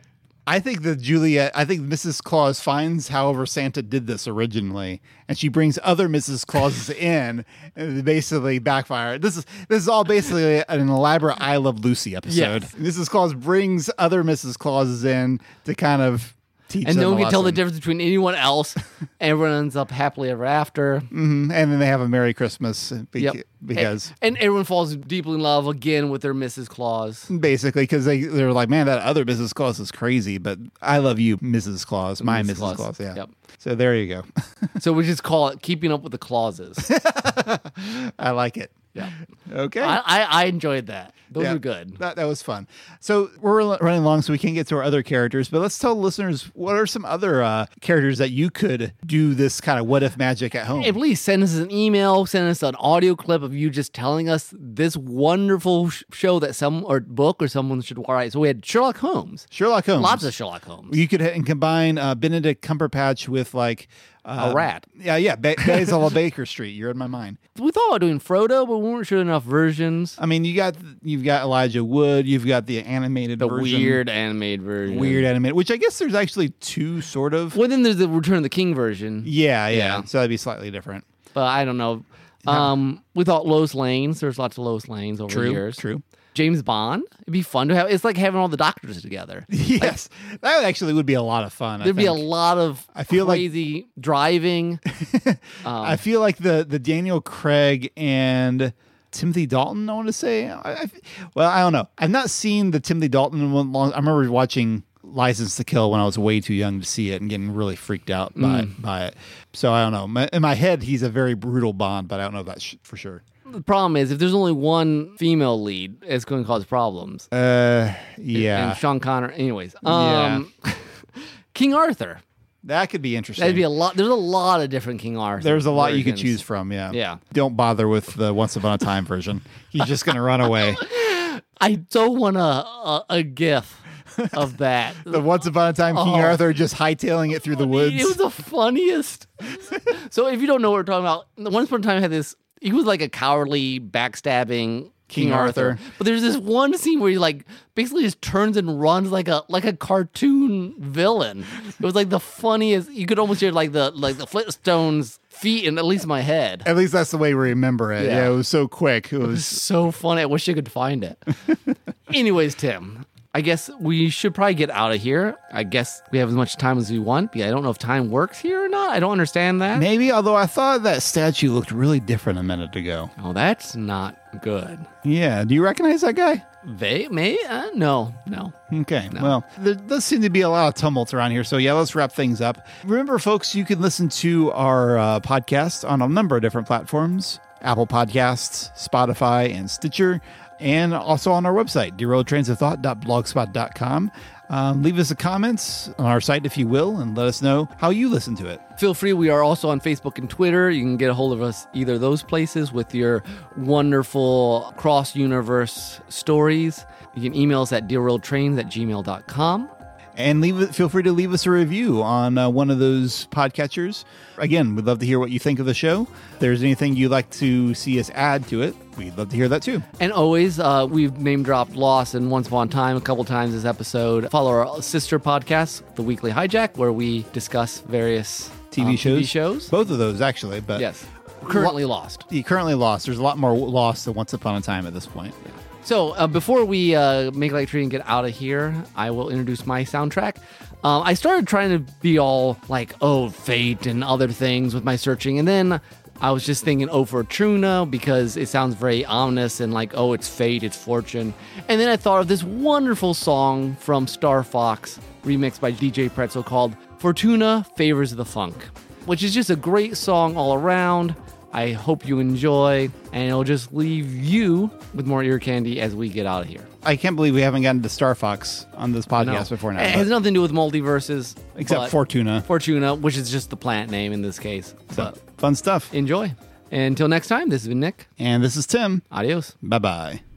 I think that Juliet, I think Mrs. Claus finds however Santa did this originally, and she brings other Mrs. Clauses in, and they basically backfire. This is this is all basically an elaborate "I Love Lucy" episode.
Yes.
Mrs. Claus brings other Mrs. Clauses in to kind of Teach
and
them
no
a
one can tell the
lesson.
difference between anyone else. Everyone ends up happily ever after.
Mhm. And then they have a Merry Christmas bec-
Yep.
because
and, everyone falls deeply in love again with their Mrs. Claus.
basically because they they were like, man, that other Mrs. Claus is crazy, but I love you, Mrs. Claus, my Mrs. Claus. yeah.
Yep.
So there you go.
So we just call it keeping up with the clauses.
I like it.
yeah.
Okay.
I, I, I enjoyed that. Those
Yeah.
were good.
That, that was fun. So we're run- running long, so we can't get to our other characters. But let's tell listeners what are some other uh, characters that you could do this kind of what if magic at home.
Hey, please send us an email, send us an audio clip of you just telling us this wonderful sh- show that some or book or someone should write. So we had Sherlock Holmes.
Sherlock Holmes.
Lots of Sherlock Holmes.
You could ha- and combine uh, Benedict Cumberbatch with like uh,
rat.
Yeah, yeah. Ba- Basil of Baker Street. You're in my mind.
we thought about doing Frodo, but we weren't sure enough versions.
I mean, you got you've got Elijah Wood. You've got the animated,
The
version,
weird animated version.
weird animated. Which I guess there's actually two sort of.
Well, then there's the Return of the King version.
Yeah, yeah,
Yeah.
So that'd be slightly different.
but I don't know. Um, we thought Lois Lanes. There's lots of Lois Lanes over the
True.
years.
True.
James Bond. It'd be fun to have. It's like having all the doctors together.
Yes, that actually would be a lot of fun. I
There'd be a
think.
lot of
I feel like-
crazy driving. Um,
I feel like the the Daniel Craig and Timothy Dalton. I want to say. I, I, well, I don't know. I've not seen the Timothy Dalton one. Long, I remember watching License to Kill when I was way too young to see it and getting really freaked out by
Mm.
by it. So I don't know. My, in my head, he's a very brutal Bond, but I don't know that sh- for sure.
the problem is, if there's only one female lead, it's going to cause problems.
Uh,
And
yeah,
Sean Connor. Anyways,
Yeah.
um, King Arthur.
that could be interesting.
That'd be a lot. There's a lot of different King Arthur.
There's a lot you could
versions.
choose from. Yeah.
Yeah.
Don't bother with the Once Upon a Time version. He's just gonna run away.
I so want a a, a gif of that.
The Once Upon a Time King
Oh.
Arthur just hightailing it through the woods.
It was the funniest. so if you don't know what we're talking about, once upon a time I had this. He was like a cowardly, backstabbing King,
King
Arthur.
Arthur.
But there's this one scene where he like basically just turns and runs like a like a cartoon villain. It was like the funniest. You could almost hear like the like the Flintstones feet in at least my head. It
At least that's the way we remember it. Yeah,
Yeah.
it was so quick. It
was
was.
so funny. I wish I could find it. Anyways, Tim. I guess we should probably get out of here. I guess we have as much time as we want. Yeah, I don't know if time works here or not. I don't understand that.
Maybe, although I thought that statue looked really different a minute ago.
Oh, that's not good.
Yeah, do you recognize that guy?
They may uh, no, no.
Okay, well, there does seem to be a lot of tumult around here. So, yeah, let's wrap things up. Remember, folks, you can listen to our uh, podcast on a number of different platforms Apple Podcasts, Spotify, and Stitcher, and also on our website, derailedtrainsofthought.blogspot.com. Um, leave us a comment on our site, if you will, and let us know how you listen to it.
Feel free. We are also on Facebook and Twitter. You can get a hold of us either of those places with your wonderful cross universe stories. You can email us at dearworldtrains at gmail.com.
and leave feel free to leave us a review on uh, one of those podcatchers again we'd love to hear what you think of the show if there's anything you'd like to see us add to it we'd love to hear that too
And always, uh, we've name dropped Lost and Once Upon a Time a couple times this episode. Follow our sister podcast, The Weekly Hijack, where we discuss various
tv
um,
shows
TV shows.
both of those actually but
Yes. Currently lost.
you currently lost there's a lot more lost than once upon a time at this point
So uh, before we uh, make like tree and get out of here, I will introduce my soundtrack. Um, I started trying to be all like, oh, fate and other things with my searching, and then I was just thinking, oh, Fortuna, because it sounds very ominous and like, oh, it's fate, it's fortune. And then I thought of this wonderful song from Star Fox, remixed by DJ Pretzel, called "Fortuna Favors the Funk," which is just a great song all around. I hope you enjoy, and it'll just leave you with more ear candy as we get out of here.
i can't believe we haven't gotten to star fox on this
No. Eh,
podcast before now
It has
but-
nothing to do with multiverses,
except
but
fortuna
Fortuna, which is just the plant name in this case.
so,
But
fun stuff
enjoy. Until next time, this has been Nick.
and this is tim
Adios.
bye-bye